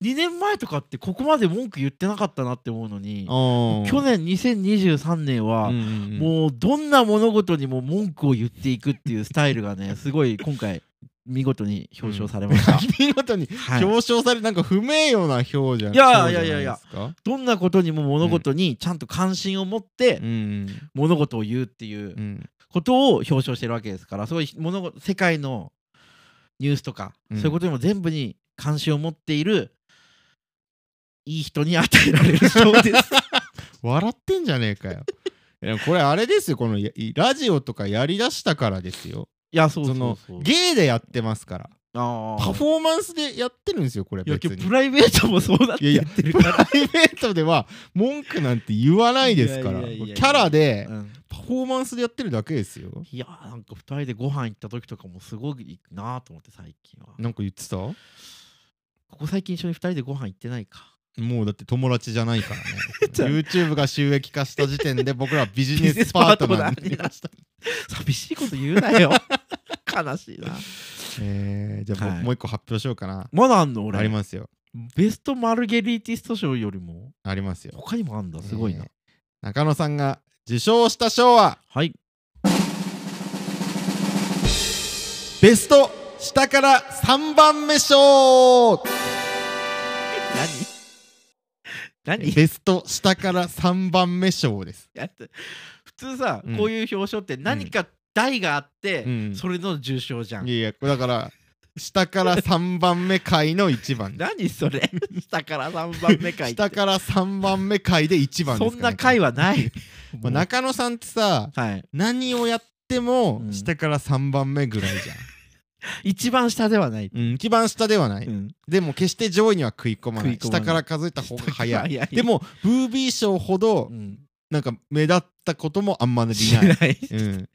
[SPEAKER 2] 2年前とかってここまで文句言ってなかったなって思うのに去
[SPEAKER 1] 去
[SPEAKER 2] 年2023年は、
[SPEAKER 1] う
[SPEAKER 2] もうどんな物事にも文句を言っていくっていうスタイルが ねすごい今回見事に表彰されました、
[SPEAKER 1] 見事に
[SPEAKER 2] はい
[SPEAKER 1] 表彰されなんか不名誉な表じゃん
[SPEAKER 2] いやいやいやいや
[SPEAKER 1] そう
[SPEAKER 2] どんなことにも物事にちゃんと関心を持って
[SPEAKER 1] じゃないですか
[SPEAKER 2] 物事を言うっていう
[SPEAKER 1] うんうん
[SPEAKER 2] ことを表彰してるわけですからすごい物事世界のニュースとか、
[SPEAKER 1] うん
[SPEAKER 2] そういうことにも全部に関心を持っているいい人に与えられるそう です。
[SPEAKER 1] 笑ってんじゃねえかよ いやこれあれですよこのやラジオとかやりだしたからですよ
[SPEAKER 2] いやそうそ
[SPEAKER 1] そうの
[SPEAKER 2] そう
[SPEAKER 1] 芸でやってますから
[SPEAKER 2] あー
[SPEAKER 1] パフォーマンスでやってるんですよこれ
[SPEAKER 2] いや
[SPEAKER 1] 別
[SPEAKER 2] 今日
[SPEAKER 1] に
[SPEAKER 2] プライベートもそうだって
[SPEAKER 1] いやいや
[SPEAKER 2] 言ってる
[SPEAKER 1] プ
[SPEAKER 2] か
[SPEAKER 1] ラ
[SPEAKER 2] ら。
[SPEAKER 1] イベートでは文句なんて言わないですから
[SPEAKER 2] い
[SPEAKER 1] キ
[SPEAKER 2] やいやいやいや
[SPEAKER 1] ャラで
[SPEAKER 2] うん
[SPEAKER 1] パフォーマンスでやってるだけですよ
[SPEAKER 2] いやーなんか2人でご飯行った時とかもすごいいいなと思って最近は
[SPEAKER 1] なんか言ってたも
[SPEAKER 2] ここ最近一緒に2人でご飯行ってないか
[SPEAKER 1] うだって友達じゃないからね
[SPEAKER 2] じゃあ
[SPEAKER 1] YouTube が収益化した時点で僕らはビジネスパートナーになりました
[SPEAKER 2] 寂しいこと言うな よ悲しいな
[SPEAKER 1] えーじゃあ僕
[SPEAKER 2] はい
[SPEAKER 1] もう一個発表しようかな
[SPEAKER 2] まだあんの
[SPEAKER 1] あ
[SPEAKER 2] 俺
[SPEAKER 1] りますよ
[SPEAKER 2] ベストマルゲリーティスト賞よりも
[SPEAKER 1] ありますよ
[SPEAKER 2] 他にもあんだすごいな、
[SPEAKER 1] えー中野さんが受賞した賞は
[SPEAKER 2] はい
[SPEAKER 1] ベスト下から3番目賞
[SPEAKER 2] 何 何
[SPEAKER 1] ベスト下から3番目賞です、
[SPEAKER 2] やって普通さ、
[SPEAKER 1] うん
[SPEAKER 2] こういう表彰って何か台があって、
[SPEAKER 1] うん
[SPEAKER 2] それの受賞じゃん、
[SPEAKER 1] いやいやだから下から3番目回の1番です
[SPEAKER 2] 何それ 下から3番目かいって
[SPEAKER 1] 下から3番目回で1番です
[SPEAKER 2] そん
[SPEAKER 1] から
[SPEAKER 2] な回はない、
[SPEAKER 1] まあ中野さんってさ
[SPEAKER 2] はい
[SPEAKER 1] 何をやっても
[SPEAKER 2] うん
[SPEAKER 1] 下から3番目ぐらいじゃん、
[SPEAKER 2] 一番下ではない、
[SPEAKER 1] うん一番下ではない、
[SPEAKER 2] うん
[SPEAKER 1] でも決して上位には食い込まない
[SPEAKER 2] 食い込まない
[SPEAKER 1] 下から数えた方が早い
[SPEAKER 2] いやいや
[SPEAKER 1] でもブービー賞ほど
[SPEAKER 2] うん
[SPEAKER 1] なんか目立ったこともあんまり
[SPEAKER 2] し
[SPEAKER 1] ない
[SPEAKER 2] ない。
[SPEAKER 1] うん、
[SPEAKER 2] えー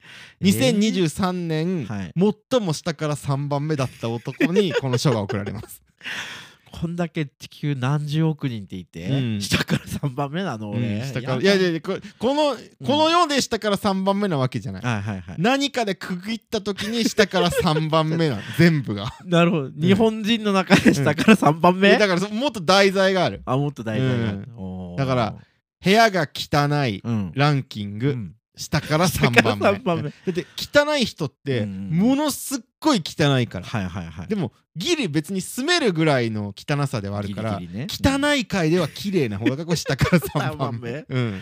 [SPEAKER 1] 2023年、
[SPEAKER 2] はい
[SPEAKER 1] 最も下から3番目だった男にこの賞が贈られます。
[SPEAKER 2] こんだけ地球何十億人っていて、
[SPEAKER 1] うん
[SPEAKER 2] 下から3番目なの俺、
[SPEAKER 1] うん下からいやいやいやここのこの世で下から3番目なわけじゃない。
[SPEAKER 2] はいはいはい
[SPEAKER 1] 何かで区切った時に下から3番目なの全部 が。
[SPEAKER 2] なるほど、日本人の中で下から3番目、
[SPEAKER 1] だからそもっと題材がある。
[SPEAKER 2] あもっと大事な、
[SPEAKER 1] うん
[SPEAKER 2] おー
[SPEAKER 1] だから、部屋が汚い
[SPEAKER 2] うん、
[SPEAKER 1] ランキング、
[SPEAKER 2] うん
[SPEAKER 1] 下から
[SPEAKER 2] 下
[SPEAKER 1] 3
[SPEAKER 2] から
[SPEAKER 1] 番目。
[SPEAKER 2] 3番目
[SPEAKER 1] だって汚い人って
[SPEAKER 2] うん
[SPEAKER 1] ものすっごい汚いから。
[SPEAKER 2] はいはいはい
[SPEAKER 1] でもギリ別に住めるぐらいの汚さではあるから
[SPEAKER 2] ギリギリね
[SPEAKER 1] 汚い回では綺麗な方がこれ下から3番
[SPEAKER 2] 3 番
[SPEAKER 1] 目
[SPEAKER 2] 目、
[SPEAKER 1] うん、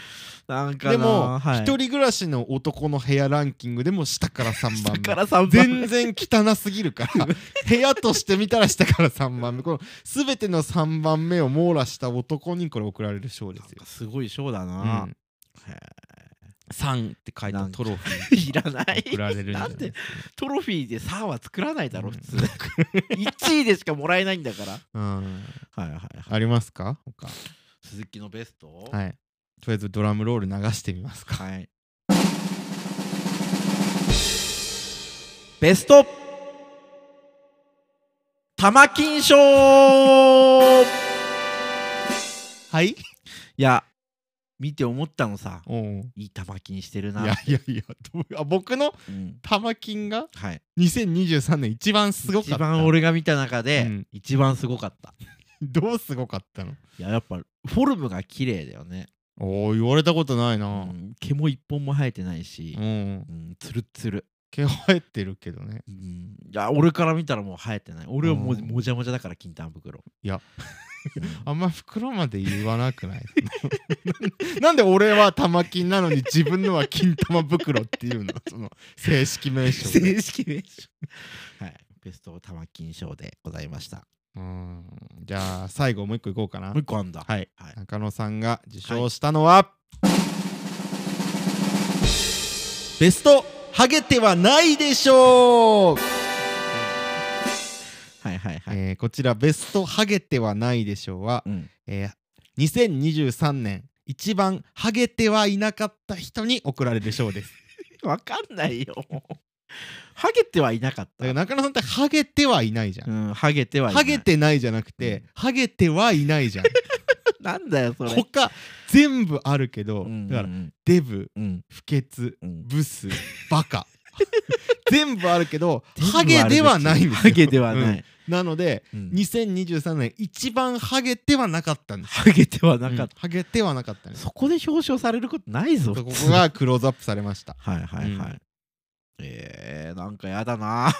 [SPEAKER 2] なんかな
[SPEAKER 1] でも一、
[SPEAKER 2] はい
[SPEAKER 1] 人暮らしの男の部屋ランキングでも下から3番
[SPEAKER 2] 下
[SPEAKER 1] 目
[SPEAKER 2] から3番目
[SPEAKER 1] 全然汚すぎるから 部屋として見たら下から3番目この全ての3番目を網羅した男にこれ贈られる賞で
[SPEAKER 2] なん
[SPEAKER 1] すよ
[SPEAKER 2] か、すごい賞だ
[SPEAKER 1] う
[SPEAKER 2] な、
[SPEAKER 1] ん、
[SPEAKER 2] へ
[SPEAKER 1] 3って書いたトロフィ
[SPEAKER 2] ーいらな
[SPEAKER 1] ー贈
[SPEAKER 2] い
[SPEAKER 1] られるんじゃない
[SPEAKER 2] なんでトロフィーで3は作らないだ
[SPEAKER 1] う
[SPEAKER 2] ろ
[SPEAKER 1] ん
[SPEAKER 2] 普通 1位でしかもらえないんだから
[SPEAKER 1] うん、
[SPEAKER 2] はいはいはい
[SPEAKER 1] ありますか他
[SPEAKER 2] 鈴木のベスト
[SPEAKER 1] はいとりあえずドラムロール流してみますか
[SPEAKER 2] はい。ベスト玉金賞
[SPEAKER 1] はい
[SPEAKER 2] いや見て思ったのさ
[SPEAKER 1] おう
[SPEAKER 2] いい玉金してる
[SPEAKER 1] い
[SPEAKER 2] な
[SPEAKER 1] やいやいやどう あ僕の
[SPEAKER 2] うん
[SPEAKER 1] 玉金が
[SPEAKER 2] はい
[SPEAKER 1] 2023年一番すごかった
[SPEAKER 2] 一番俺が見た中で、
[SPEAKER 1] うん
[SPEAKER 2] 一番すごかった
[SPEAKER 1] どうすごかったの
[SPEAKER 2] いややっぱフォルムが綺麗だよね、
[SPEAKER 1] おお言われたことないうな、
[SPEAKER 2] ん、毛も一本も生えてないし
[SPEAKER 1] う、ん、
[SPEAKER 2] うん、ツルッツル、
[SPEAKER 1] 毛生えてるけどね
[SPEAKER 2] うん、いや俺から見たらもう生えてない俺はもう、
[SPEAKER 1] うん
[SPEAKER 2] もじゃもじゃだから金玉袋
[SPEAKER 1] いや、
[SPEAKER 2] う
[SPEAKER 1] あ
[SPEAKER 2] ん
[SPEAKER 1] んま袋まで言わなくない なんで俺は玉金なのに自分のは金玉袋っていうのその正式名称で
[SPEAKER 2] 正式名称はいベスト玉金賞でございました
[SPEAKER 1] うんじゃあ最後もう一個いこうかな
[SPEAKER 2] もう一個あんだ
[SPEAKER 1] はい
[SPEAKER 2] はい
[SPEAKER 1] 中野さんが受賞したのは、ベストハゲてはないでしょう、
[SPEAKER 2] はいはいはい、
[SPEAKER 1] えーこちらベストハゲてはないでしょうは、
[SPEAKER 2] うん
[SPEAKER 1] えー2023年一番ハゲてはいなかった人に贈られる賞です
[SPEAKER 2] わかんないよ。ハゲてはいなか
[SPEAKER 1] だ
[SPEAKER 2] っ
[SPEAKER 1] か
[SPEAKER 2] た。
[SPEAKER 1] ら中野さんってハゲてはいないじゃん、
[SPEAKER 2] うん、ハゲてはいな
[SPEAKER 1] ハ
[SPEAKER 2] い。
[SPEAKER 1] ゲてないじゃなくて、
[SPEAKER 2] うん
[SPEAKER 1] ハゲてはいないじゃん
[SPEAKER 2] なんだ よ、それ。
[SPEAKER 1] 他全部あるけど、
[SPEAKER 2] うん
[SPEAKER 1] だか
[SPEAKER 2] う
[SPEAKER 1] ら
[SPEAKER 2] ん
[SPEAKER 1] デブ
[SPEAKER 2] うん
[SPEAKER 1] 不潔
[SPEAKER 2] うん
[SPEAKER 1] ブスバカ 全部あるけどハゲではないんですよ
[SPEAKER 2] ハゲでは
[SPEAKER 1] う
[SPEAKER 2] なんい。
[SPEAKER 1] なので
[SPEAKER 2] うん
[SPEAKER 1] 2023年一番ハゲてはなかったんです
[SPEAKER 2] ハゲてはなか
[SPEAKER 1] うん
[SPEAKER 2] っ
[SPEAKER 1] ハゲてはなかった
[SPEAKER 2] た。
[SPEAKER 1] ね
[SPEAKER 2] そこで表彰されることないぞ。
[SPEAKER 1] ここ
[SPEAKER 2] 普通
[SPEAKER 1] がクローズアップされました
[SPEAKER 2] はいはいは
[SPEAKER 1] う
[SPEAKER 2] い。えー、なんかやだな。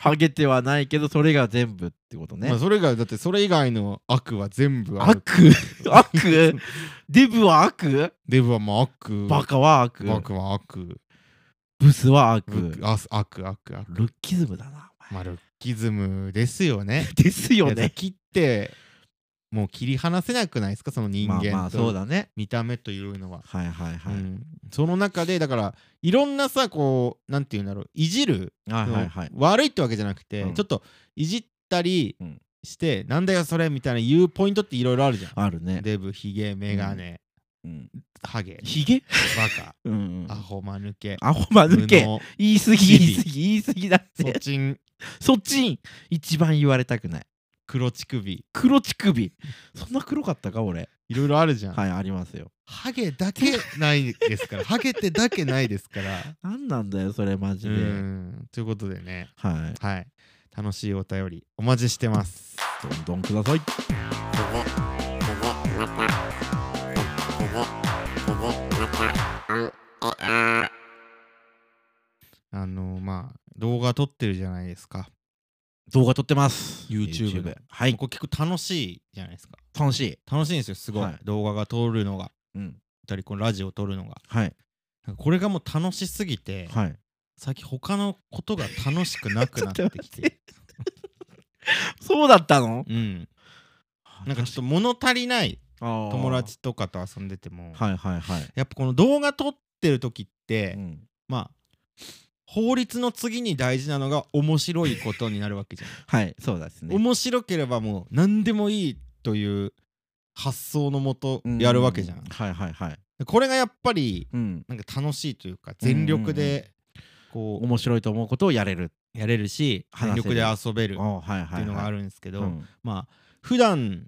[SPEAKER 2] ハゲてはないけど、それが全部ってことね
[SPEAKER 1] まあ。それがだってそれ以外の悪は全部ある
[SPEAKER 2] 悪悪デブは悪
[SPEAKER 1] デブはまあ悪
[SPEAKER 2] バカは悪
[SPEAKER 1] バカは悪
[SPEAKER 2] ブスは悪
[SPEAKER 1] ルックあ悪悪悪
[SPEAKER 2] ルッキズムだな。お前
[SPEAKER 1] まあルッキズムですよね
[SPEAKER 2] ですよ
[SPEAKER 1] いや
[SPEAKER 2] ね。
[SPEAKER 1] 切ってもう切り離せなくないですかその人
[SPEAKER 2] まあま
[SPEAKER 1] 間
[SPEAKER 2] あそう
[SPEAKER 1] と
[SPEAKER 2] だね。
[SPEAKER 1] 見た目というのは
[SPEAKER 2] はいはいはい。
[SPEAKER 1] うんその中でだからいろんなさこうなんて言うんだろういじる、
[SPEAKER 2] はいはいはい
[SPEAKER 1] そ。の悪いってわけじゃなくて、
[SPEAKER 2] うん
[SPEAKER 1] ちょっといじったり
[SPEAKER 2] うん
[SPEAKER 1] して、なんだよそれみたいな言うポイントっていろいろあるじゃん、
[SPEAKER 2] あるね。
[SPEAKER 1] デブヒゲメガネ、
[SPEAKER 2] うん
[SPEAKER 1] ハゲ
[SPEAKER 2] ひげ
[SPEAKER 1] バカ
[SPEAKER 2] うんうん
[SPEAKER 1] アホマヌケ
[SPEAKER 2] アホま抜け
[SPEAKER 1] 無能
[SPEAKER 2] 言い過ぎ
[SPEAKER 1] チビ
[SPEAKER 2] 言い過ぎ言い過ぎだっ
[SPEAKER 1] ソ
[SPEAKER 2] て。
[SPEAKER 1] チン
[SPEAKER 2] そっちん一番言われたくない。
[SPEAKER 1] 黒乳首
[SPEAKER 2] 黒乳首。そんな黒かったか俺。
[SPEAKER 1] いろいろあるじゃん、
[SPEAKER 2] はい、ありますよ。
[SPEAKER 1] ハゲだけないです からハゲてだけないですから
[SPEAKER 2] なんなんだよ、それマジ
[SPEAKER 1] う
[SPEAKER 2] で。
[SPEAKER 1] んということでね
[SPEAKER 2] はい。
[SPEAKER 1] はい楽しいお便りお待ちしてます
[SPEAKER 2] どんどんください。
[SPEAKER 1] あのまあ動画撮ってるじゃないですか
[SPEAKER 2] 動画撮ってます。
[SPEAKER 1] YouTube で
[SPEAKER 2] はい。
[SPEAKER 1] これ結構楽しいじゃないですか
[SPEAKER 2] 楽しい。
[SPEAKER 1] 楽しいんですよすごい、
[SPEAKER 2] はい
[SPEAKER 1] 動画が撮るのが
[SPEAKER 2] うん。
[SPEAKER 1] 二人このラジオ撮るのが
[SPEAKER 2] はい。
[SPEAKER 1] なんかこれがもう楽しすぎて、
[SPEAKER 2] はい。
[SPEAKER 1] 最近他のことが楽しくなくなってき
[SPEAKER 2] ちょっと待って
[SPEAKER 1] て
[SPEAKER 2] そうだったの
[SPEAKER 1] うんなんかちょっと物足りない
[SPEAKER 2] 友
[SPEAKER 1] 友達とかと遊んでても、
[SPEAKER 2] はいはいはい、
[SPEAKER 1] やっぱこの動画撮ってる時って、
[SPEAKER 2] うん
[SPEAKER 1] まあ法律の次に大事なのが面白いことになるわけじゃん、
[SPEAKER 2] はいそうですね
[SPEAKER 1] 面白ければもう何でもいいという発想のもと
[SPEAKER 2] うん
[SPEAKER 1] やるわけじゃん、
[SPEAKER 2] はいはいはい、
[SPEAKER 1] これがやっぱり
[SPEAKER 2] うん、
[SPEAKER 1] なんか楽しいというか全力でこ
[SPEAKER 2] 面白いと思うことをやれる
[SPEAKER 1] うやれるし全
[SPEAKER 2] 話せ
[SPEAKER 1] 力
[SPEAKER 2] る
[SPEAKER 1] で遊べるっ
[SPEAKER 2] おはいはい、は
[SPEAKER 1] て
[SPEAKER 2] い、
[SPEAKER 1] いうのがあ
[SPEAKER 2] る
[SPEAKER 1] るんですけ
[SPEAKER 2] け
[SPEAKER 1] ど、まあ普段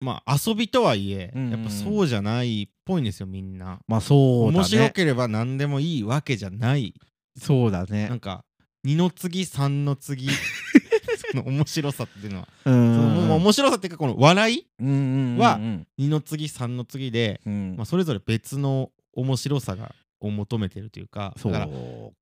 [SPEAKER 1] まあ遊びとはいえ
[SPEAKER 2] うんうん
[SPEAKER 1] やっぱそうじゃないっぽいんですよみんな。
[SPEAKER 2] まあそうだね
[SPEAKER 1] 面白ければ何でもいいわけじゃない
[SPEAKER 2] そうだ
[SPEAKER 1] な
[SPEAKER 2] ね
[SPEAKER 1] んか二の次三の 次その面白さっていうのは、
[SPEAKER 2] うん
[SPEAKER 1] そのまあ面白さっていうかこの笑い
[SPEAKER 2] うんうんうん
[SPEAKER 1] は
[SPEAKER 2] うん
[SPEAKER 1] 二の次三の次で、
[SPEAKER 2] うん
[SPEAKER 1] まあ、それぞれ別の面白さがを求めてるというか
[SPEAKER 2] そ
[SPEAKER 1] だ
[SPEAKER 2] う
[SPEAKER 1] か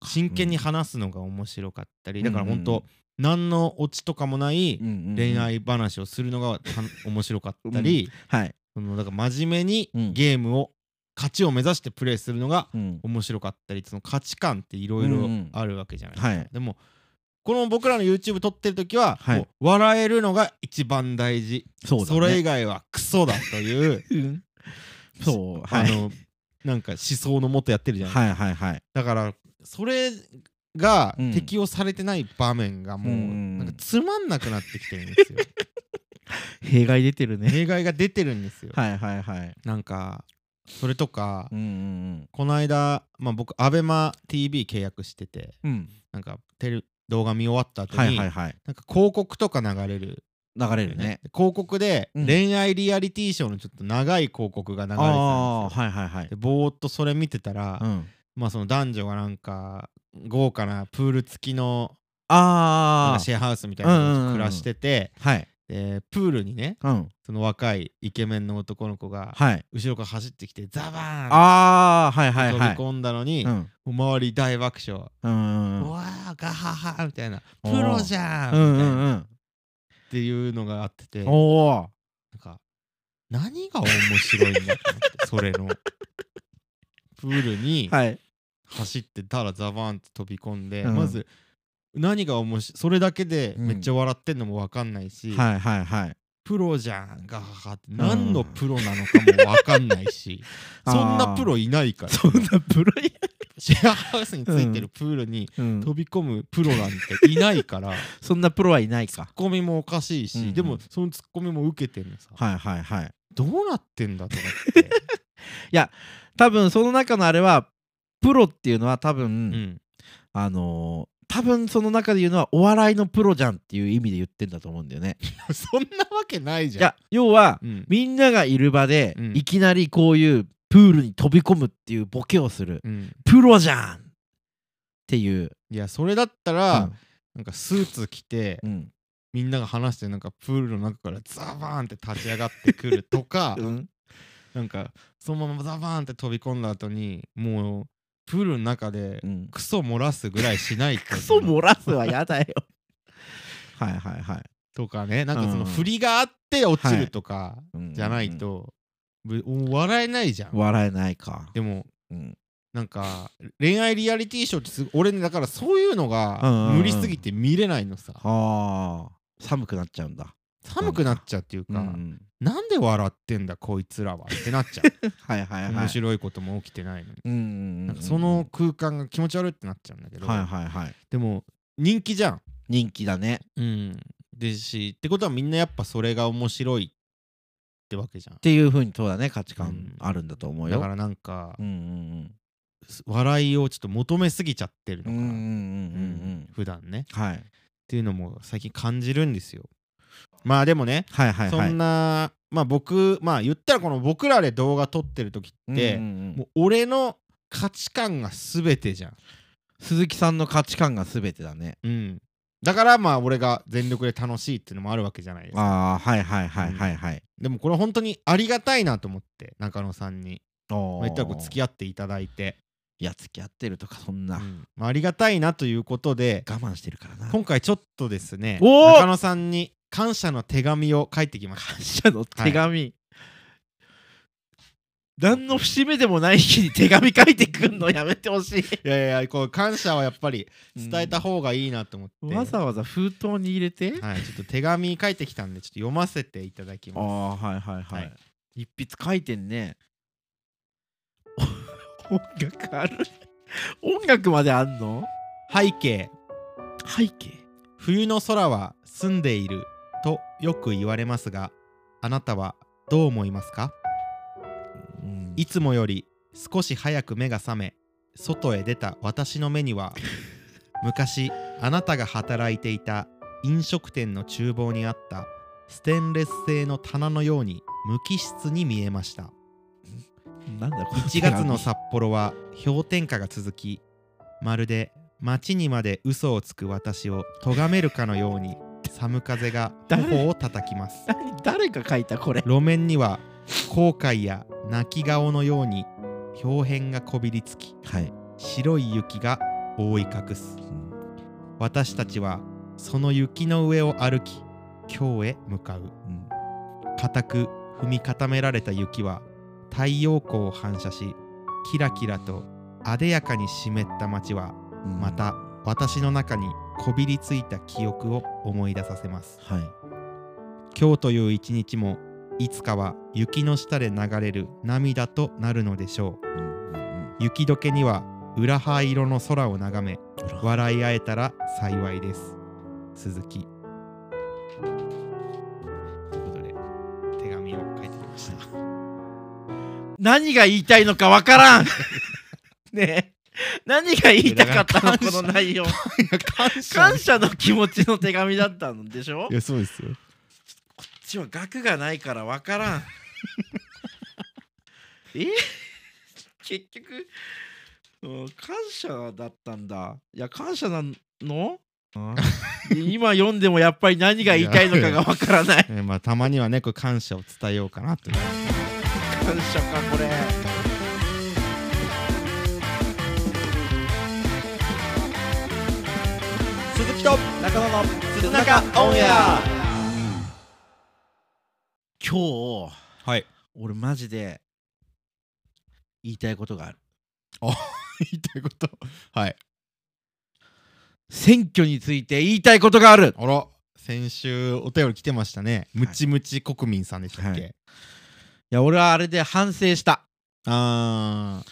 [SPEAKER 1] ら真剣に話すのが面白かったり、だから本当、何のオチとかもない
[SPEAKER 2] うんうんうん
[SPEAKER 1] 恋愛話をするのが た面白かったり、
[SPEAKER 2] はい、
[SPEAKER 1] そのだから真面目に
[SPEAKER 2] うん
[SPEAKER 1] ゲームを勝ちを目指してプレイするのが
[SPEAKER 2] うん、
[SPEAKER 1] 面白かったりその価値観っていろい
[SPEAKER 2] うんう
[SPEAKER 1] ろ
[SPEAKER 2] ん
[SPEAKER 1] あるわけじゃないですか、
[SPEAKER 2] はい
[SPEAKER 1] でもこの僕らの YouTube 撮ってる時は、
[SPEAKER 2] はい
[SPEAKER 1] もう笑えるのが一番大事
[SPEAKER 2] そ
[SPEAKER 1] そ,、
[SPEAKER 2] うだね
[SPEAKER 1] れ以外はクソだという
[SPEAKER 2] うんそうは
[SPEAKER 1] あ
[SPEAKER 2] い
[SPEAKER 1] のなんか思想のもとやってるじゃない、
[SPEAKER 2] はいはいはい
[SPEAKER 1] だからそれが
[SPEAKER 2] うん
[SPEAKER 1] 適用されてない場面がもう、
[SPEAKER 2] うん
[SPEAKER 1] なんかつまんなくなってきてるん ですよ
[SPEAKER 2] 弊害出てるね
[SPEAKER 1] 弊害が出てるんですよ、
[SPEAKER 2] はいはいはい
[SPEAKER 1] なんかそれとか、
[SPEAKER 2] うんうん
[SPEAKER 1] この間、まあ、僕 ABEMATV 契約してて
[SPEAKER 2] うんうん
[SPEAKER 1] なんかテレ動画見終わった後に、
[SPEAKER 2] はいはいはい
[SPEAKER 1] なんか広告とか流れる、
[SPEAKER 2] 流れるね
[SPEAKER 1] で広告で
[SPEAKER 2] うん
[SPEAKER 1] 恋愛リアリティショーのちょっと長い広告が流れてたん
[SPEAKER 2] ああ
[SPEAKER 1] ですよ。
[SPEAKER 2] はいはいはい
[SPEAKER 1] でぼーっとそれ見てたら、
[SPEAKER 2] うん
[SPEAKER 1] まあその男女がなんか豪華なプール付きのなん
[SPEAKER 2] あ
[SPEAKER 1] か
[SPEAKER 2] あ
[SPEAKER 1] シェアハウスみたいな
[SPEAKER 2] うんう
[SPEAKER 1] の
[SPEAKER 2] んうん
[SPEAKER 1] に暮らしてて、
[SPEAKER 2] はい
[SPEAKER 1] でプールにね
[SPEAKER 2] うん
[SPEAKER 1] その若いイケメンの男の子が
[SPEAKER 2] はい
[SPEAKER 1] 後ろから走ってきてザバーン
[SPEAKER 2] ああはいはい
[SPEAKER 1] 飛び
[SPEAKER 2] はい
[SPEAKER 1] 込んだのに、
[SPEAKER 2] うん
[SPEAKER 1] もう周り大爆笑。
[SPEAKER 2] うんうん
[SPEAKER 1] うわーガハハみたいな
[SPEAKER 2] お
[SPEAKER 1] プ
[SPEAKER 2] ー
[SPEAKER 1] ロじゃん
[SPEAKER 2] う
[SPEAKER 1] み
[SPEAKER 2] んう
[SPEAKER 1] たい
[SPEAKER 2] ん
[SPEAKER 1] なっ
[SPEAKER 2] うん
[SPEAKER 1] ていうのがあっててなん
[SPEAKER 2] おお
[SPEAKER 1] か何が面白いんだと思ってそれの プールに
[SPEAKER 2] はい
[SPEAKER 1] 走ってたらザバーンって飛び込んで
[SPEAKER 2] うん
[SPEAKER 1] まず何が面白いそれだけでめっちゃ笑ってんのも分かんないし
[SPEAKER 2] はいはいはい
[SPEAKER 1] プロじゃんガハハって何のプロなのかも分かんないし
[SPEAKER 2] あー
[SPEAKER 1] そんなプロいない から
[SPEAKER 2] そんなプロい
[SPEAKER 1] シェアハウスについてるプールに飛び込むプロなんていない から。
[SPEAKER 2] そんなプロはいないか
[SPEAKER 1] ツッコミもおかしいし、
[SPEAKER 2] うんうん
[SPEAKER 1] でもそのツッコミも受けてるのさ、
[SPEAKER 2] はいはいはい
[SPEAKER 1] どうなってんだと思って、
[SPEAKER 2] 多分その中のあれはプロっていうのは多分、
[SPEAKER 1] うん、
[SPEAKER 2] あのー多分その中で言うのはお笑いのプロじゃんっていう意味で言ってんだと思うんだよね。
[SPEAKER 1] そんなわけないじ
[SPEAKER 2] い
[SPEAKER 1] ゃ
[SPEAKER 2] や要は
[SPEAKER 1] ん。うん
[SPEAKER 2] みんながいる場で、
[SPEAKER 1] うん
[SPEAKER 2] いきなりこういうプールに飛び込むっていうボケをする
[SPEAKER 1] うん、
[SPEAKER 2] プロじゃんっていう、
[SPEAKER 1] いやそれだったら、なんかスーツ着て、
[SPEAKER 2] うん
[SPEAKER 1] みんなが話してなんかプールの中からザバーンって立ち上がってくるとか
[SPEAKER 2] うん
[SPEAKER 1] なんかそのままザバーンって飛び込んだ後にもうプールの中で
[SPEAKER 2] うん、
[SPEAKER 1] クソ漏らすぐらいしないと
[SPEAKER 2] クソ漏らすはやだよ はいはいはい、
[SPEAKER 1] とかねなんかその
[SPEAKER 2] うん
[SPEAKER 1] 振りがあって落ちるとか
[SPEAKER 2] うん
[SPEAKER 1] じゃない、と、ぶ笑えないじゃん。
[SPEAKER 2] 笑えないか
[SPEAKER 1] でも
[SPEAKER 2] うん
[SPEAKER 1] なんか恋愛リアリティショーってすご俺ねだからそういうの
[SPEAKER 2] うんうん
[SPEAKER 1] が
[SPEAKER 2] うん
[SPEAKER 1] 無理すぎて見れないのさ
[SPEAKER 2] はあ寒くなっちゃうんだ、
[SPEAKER 1] 寒くなっちゃうっていう
[SPEAKER 2] うんう
[SPEAKER 1] か
[SPEAKER 2] ん
[SPEAKER 1] なんで笑ってんだこいつらはってなっちゃう
[SPEAKER 2] はい はいはい
[SPEAKER 1] 面白いことも起きてないのに、
[SPEAKER 2] うんうんうん
[SPEAKER 1] なんかその空間が気持ち悪いってなっちゃうんだけど、
[SPEAKER 2] はいはいはい
[SPEAKER 1] でも人気じゃん。
[SPEAKER 2] 人気だねっ
[SPEAKER 1] うん、でしってことはみんなやっぱそれが面白いってわけじゃん。
[SPEAKER 2] ていうふうにそうだね価値
[SPEAKER 1] う
[SPEAKER 2] 観
[SPEAKER 1] ん
[SPEAKER 2] あるんだと思うよ、
[SPEAKER 1] だからなんか、
[SPEAKER 2] うんうん
[SPEAKER 1] 笑いをちょっと求めすぎちゃってるの
[SPEAKER 2] うんう
[SPEAKER 1] か
[SPEAKER 2] ん
[SPEAKER 1] な、
[SPEAKER 2] うんうん
[SPEAKER 1] うん普段ね。っ
[SPEAKER 2] うんはい
[SPEAKER 1] ていうのも最近感じるんですよ。まあでもね、
[SPEAKER 2] はいはいはい
[SPEAKER 1] そんなまあ僕まあ言ったらこの僕らで動画撮ってる時って、
[SPEAKER 2] うんうんうん
[SPEAKER 1] もう俺の価値観が全てじゃん。
[SPEAKER 2] 鈴木さんの価値観が全てだね
[SPEAKER 1] うん、だからまあ俺が全力で楽しいっていうのもあるわけじゃないですか
[SPEAKER 2] ああはいはいはいはいはい、
[SPEAKER 1] でもこれ本当にありがたいなと思って中野さんに
[SPEAKER 2] お
[SPEAKER 1] ま
[SPEAKER 2] お
[SPEAKER 1] あ言ったらこう付き合っていただいて、
[SPEAKER 2] いや付き合ってるとかそんな、
[SPEAKER 1] うんまあ、ありがたいなということで
[SPEAKER 2] 我慢してるからな
[SPEAKER 1] 今回ちょっとですね
[SPEAKER 2] おー
[SPEAKER 1] 中野さんに感謝の手紙を書いてきました
[SPEAKER 2] 感謝の手紙、 何の節目でもない日に手紙書いてくんの やめてほしい
[SPEAKER 1] いやいやこう感謝はやっぱり伝えた方がいいなと思って、
[SPEAKER 2] わざわざ封筒に入れて、
[SPEAKER 1] はい、ちょっと手紙書いてきたんでちょっと読ませていただき
[SPEAKER 2] あ
[SPEAKER 1] ます
[SPEAKER 2] あはいはいはい、
[SPEAKER 1] はい
[SPEAKER 2] 一筆書いてんね 音楽ある音楽まであんの
[SPEAKER 1] 背景
[SPEAKER 2] 背景
[SPEAKER 1] 冬の空は澄んでいるとよく言われますがあなたはどう思いますかいつもより少し早く目が覚め外へ出た私の目には昔あなたが働いていた飲食店の厨房にあったステンレス製の棚のように無機質に見えました
[SPEAKER 2] なんだこの
[SPEAKER 1] 1
[SPEAKER 2] 手紙
[SPEAKER 1] 月の札幌は氷点下が続きまるで街にまで嘘をつく私を咎めるかのように寒風が頬を叩きます
[SPEAKER 2] 何誰が書いたこれ
[SPEAKER 1] 路面には後悔や泣き顔のように氷片がこびりつき
[SPEAKER 2] はい、
[SPEAKER 1] 白い雪が覆い隠す私たちはその雪の上を歩き京へ向かう固く踏み固められた雪は太陽光を反射しキラキラとあでやかに湿った街はまた私の中にこびりついた記憶を思い出させます
[SPEAKER 2] はい
[SPEAKER 1] 今日という一日もいつかは雪の下で流れる涙となるのでしょう雪解けには裏灰色の空を眺め笑い合えたら幸いです鈴木ということで手紙を書いてきました
[SPEAKER 2] 何が言いたいのかわ からんねえ何が言いたかったの
[SPEAKER 1] だから感謝
[SPEAKER 2] この内容
[SPEAKER 1] 感
[SPEAKER 2] 感謝の気持ちの手紙だったんでしょこ
[SPEAKER 1] いやそうですよ
[SPEAKER 2] っちは額がないからわからん え 結局うん感謝だったんだいや感謝な のあ今読んでもやっぱり何が言いたいのかがわからない
[SPEAKER 1] えーまあたまにはねこう感謝を伝えようかなという
[SPEAKER 2] 感謝かこれ
[SPEAKER 1] 鈴木と
[SPEAKER 2] 中野の
[SPEAKER 1] 鈴中オンエア
[SPEAKER 2] 今日
[SPEAKER 1] はい
[SPEAKER 2] 俺マジで言いたいことがある
[SPEAKER 1] 言いたい ことはい
[SPEAKER 2] 選挙について言いたいことがある
[SPEAKER 1] あら先週お便り来てましたねムチムチ国民さんでしたっけ、
[SPEAKER 2] はいいや俺はあれで反省した
[SPEAKER 1] あー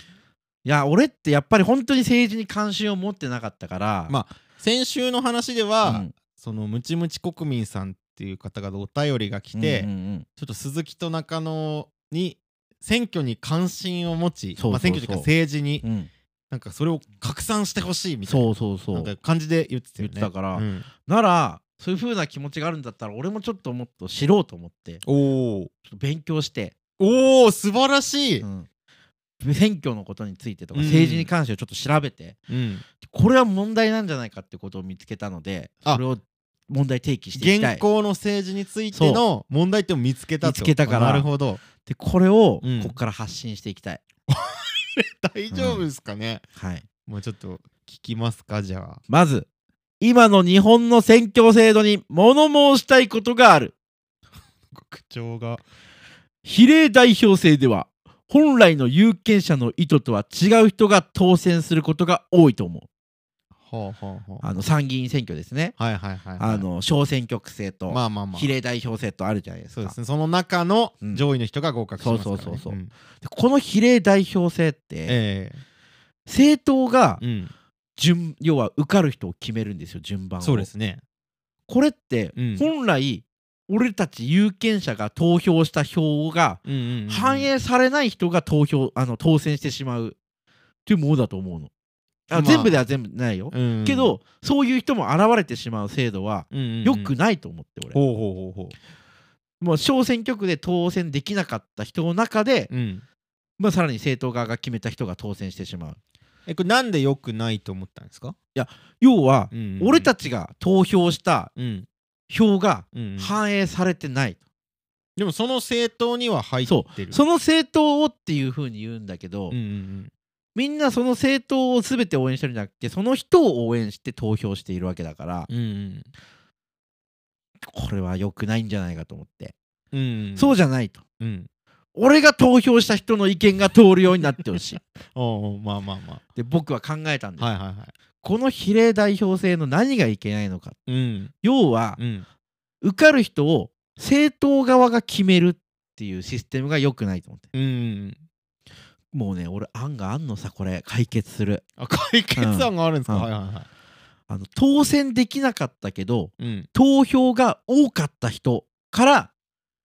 [SPEAKER 2] いや俺ってやっぱり本当に政治に関心を持ってなかったから
[SPEAKER 1] ま先週の話では、そのムチムチ国民さんっっていう方がお便りが来て、
[SPEAKER 2] うんうん
[SPEAKER 1] ちょっと鈴木と中野に選挙に関心を持ち
[SPEAKER 2] そうそうそう
[SPEAKER 1] まあ、選挙というか政治に
[SPEAKER 2] うんうん
[SPEAKER 1] なんかそれを拡散してほしいみたいな
[SPEAKER 2] そうそうそう
[SPEAKER 1] なんか感じで言ってたよね
[SPEAKER 2] 言ってたから
[SPEAKER 1] うん
[SPEAKER 2] ならそういう風な気持ちがあるんだったら俺もちょっともっと知ろうと思ってちょ
[SPEAKER 1] おお
[SPEAKER 2] っと勉強して、
[SPEAKER 1] おお素晴らしい、
[SPEAKER 2] うん選挙のことについてとか
[SPEAKER 1] うん
[SPEAKER 2] 政治に関してちょっと調べて、
[SPEAKER 1] うん
[SPEAKER 2] これは問題なんじゃないかってことを見つけたので
[SPEAKER 1] あ
[SPEAKER 2] それを問題提起していきたい
[SPEAKER 1] 現行の政治についての問題点を見つけたと
[SPEAKER 2] 見つけたから
[SPEAKER 1] なるほど
[SPEAKER 2] でこれを
[SPEAKER 1] うん
[SPEAKER 2] ここから発信していきたい、
[SPEAKER 1] 大丈夫ですかね、
[SPEAKER 2] はい、
[SPEAKER 1] もうちょっと聞きますかじゃあ
[SPEAKER 2] まず今の日本の選挙制度に物申したいことがある
[SPEAKER 1] 口調が
[SPEAKER 2] 比例代表制では本来の有権者の意図とは違う人が当選することが多いと思う
[SPEAKER 1] ほうほうほう
[SPEAKER 2] あの参議院選挙ですね、
[SPEAKER 1] はいはいはい、はい、
[SPEAKER 2] あの小選挙区制と
[SPEAKER 1] まあまあまあ
[SPEAKER 2] 比例代表制とあるじゃないです
[SPEAKER 1] そ
[SPEAKER 2] か、
[SPEAKER 1] うですねその中の上位の人が合格しますから、ね
[SPEAKER 2] そうそうそうそうんでこの比例代表制って、
[SPEAKER 1] え
[SPEAKER 2] 政党が
[SPEAKER 1] えうん
[SPEAKER 2] 順要は受かる人を決めるんですよ順番を
[SPEAKER 1] そうですね
[SPEAKER 2] これって
[SPEAKER 1] うん
[SPEAKER 2] 本来俺たち有権者が投票した票が
[SPEAKER 1] うんうんうんうん
[SPEAKER 2] 反映されない人が投票あの当選してしまうっていうものだと思うのあ
[SPEAKER 1] まあ
[SPEAKER 2] 全部では全部ないよ、
[SPEAKER 1] うん
[SPEAKER 2] けどそういう人も現れてしまう制度は
[SPEAKER 1] うんうんうん
[SPEAKER 2] 良くないと思って俺、
[SPEAKER 1] ほうほうほうほ
[SPEAKER 2] もう小選挙区で当選できなかった人の中で、
[SPEAKER 1] ううん
[SPEAKER 2] まあ、さらに政党側が決めた人が当選してしまう
[SPEAKER 1] えこれなんで良くないと思ったんですか、
[SPEAKER 2] 要は、
[SPEAKER 1] うんうん
[SPEAKER 2] 俺たちが投票した
[SPEAKER 1] うん
[SPEAKER 2] 票が
[SPEAKER 1] うんうん
[SPEAKER 2] 反映されてない、
[SPEAKER 1] でもその政党には入ってる
[SPEAKER 2] その政党をっていうふうに言うんだけど、
[SPEAKER 1] うんうん
[SPEAKER 2] みんなその政党を全て応援してるんじゃなくてその人を応援して投票しているわけだから、
[SPEAKER 1] うんうん
[SPEAKER 2] これは良くないんじゃないかと思って、
[SPEAKER 1] うん
[SPEAKER 2] そう
[SPEAKER 1] じ
[SPEAKER 2] じゃないと
[SPEAKER 1] ゃうん
[SPEAKER 2] 俺が投票した人の意見が通るようになってほしい
[SPEAKER 1] おうおうまあまあま
[SPEAKER 2] で僕は考えたんです、
[SPEAKER 1] あはいはいは
[SPEAKER 2] この比例代表制の何がいけないのか
[SPEAKER 1] いうん
[SPEAKER 2] 要は、
[SPEAKER 1] うん
[SPEAKER 2] 受かる人を政党側が決めるっていうシステムが良くないと思って
[SPEAKER 1] うんうん
[SPEAKER 2] もうね俺案があんのさこれ解決する
[SPEAKER 1] あ解決案があるんですか、
[SPEAKER 2] うん
[SPEAKER 1] はいはいは
[SPEAKER 2] あの当選できなかったけど
[SPEAKER 1] いうん
[SPEAKER 2] 投票が多かった人から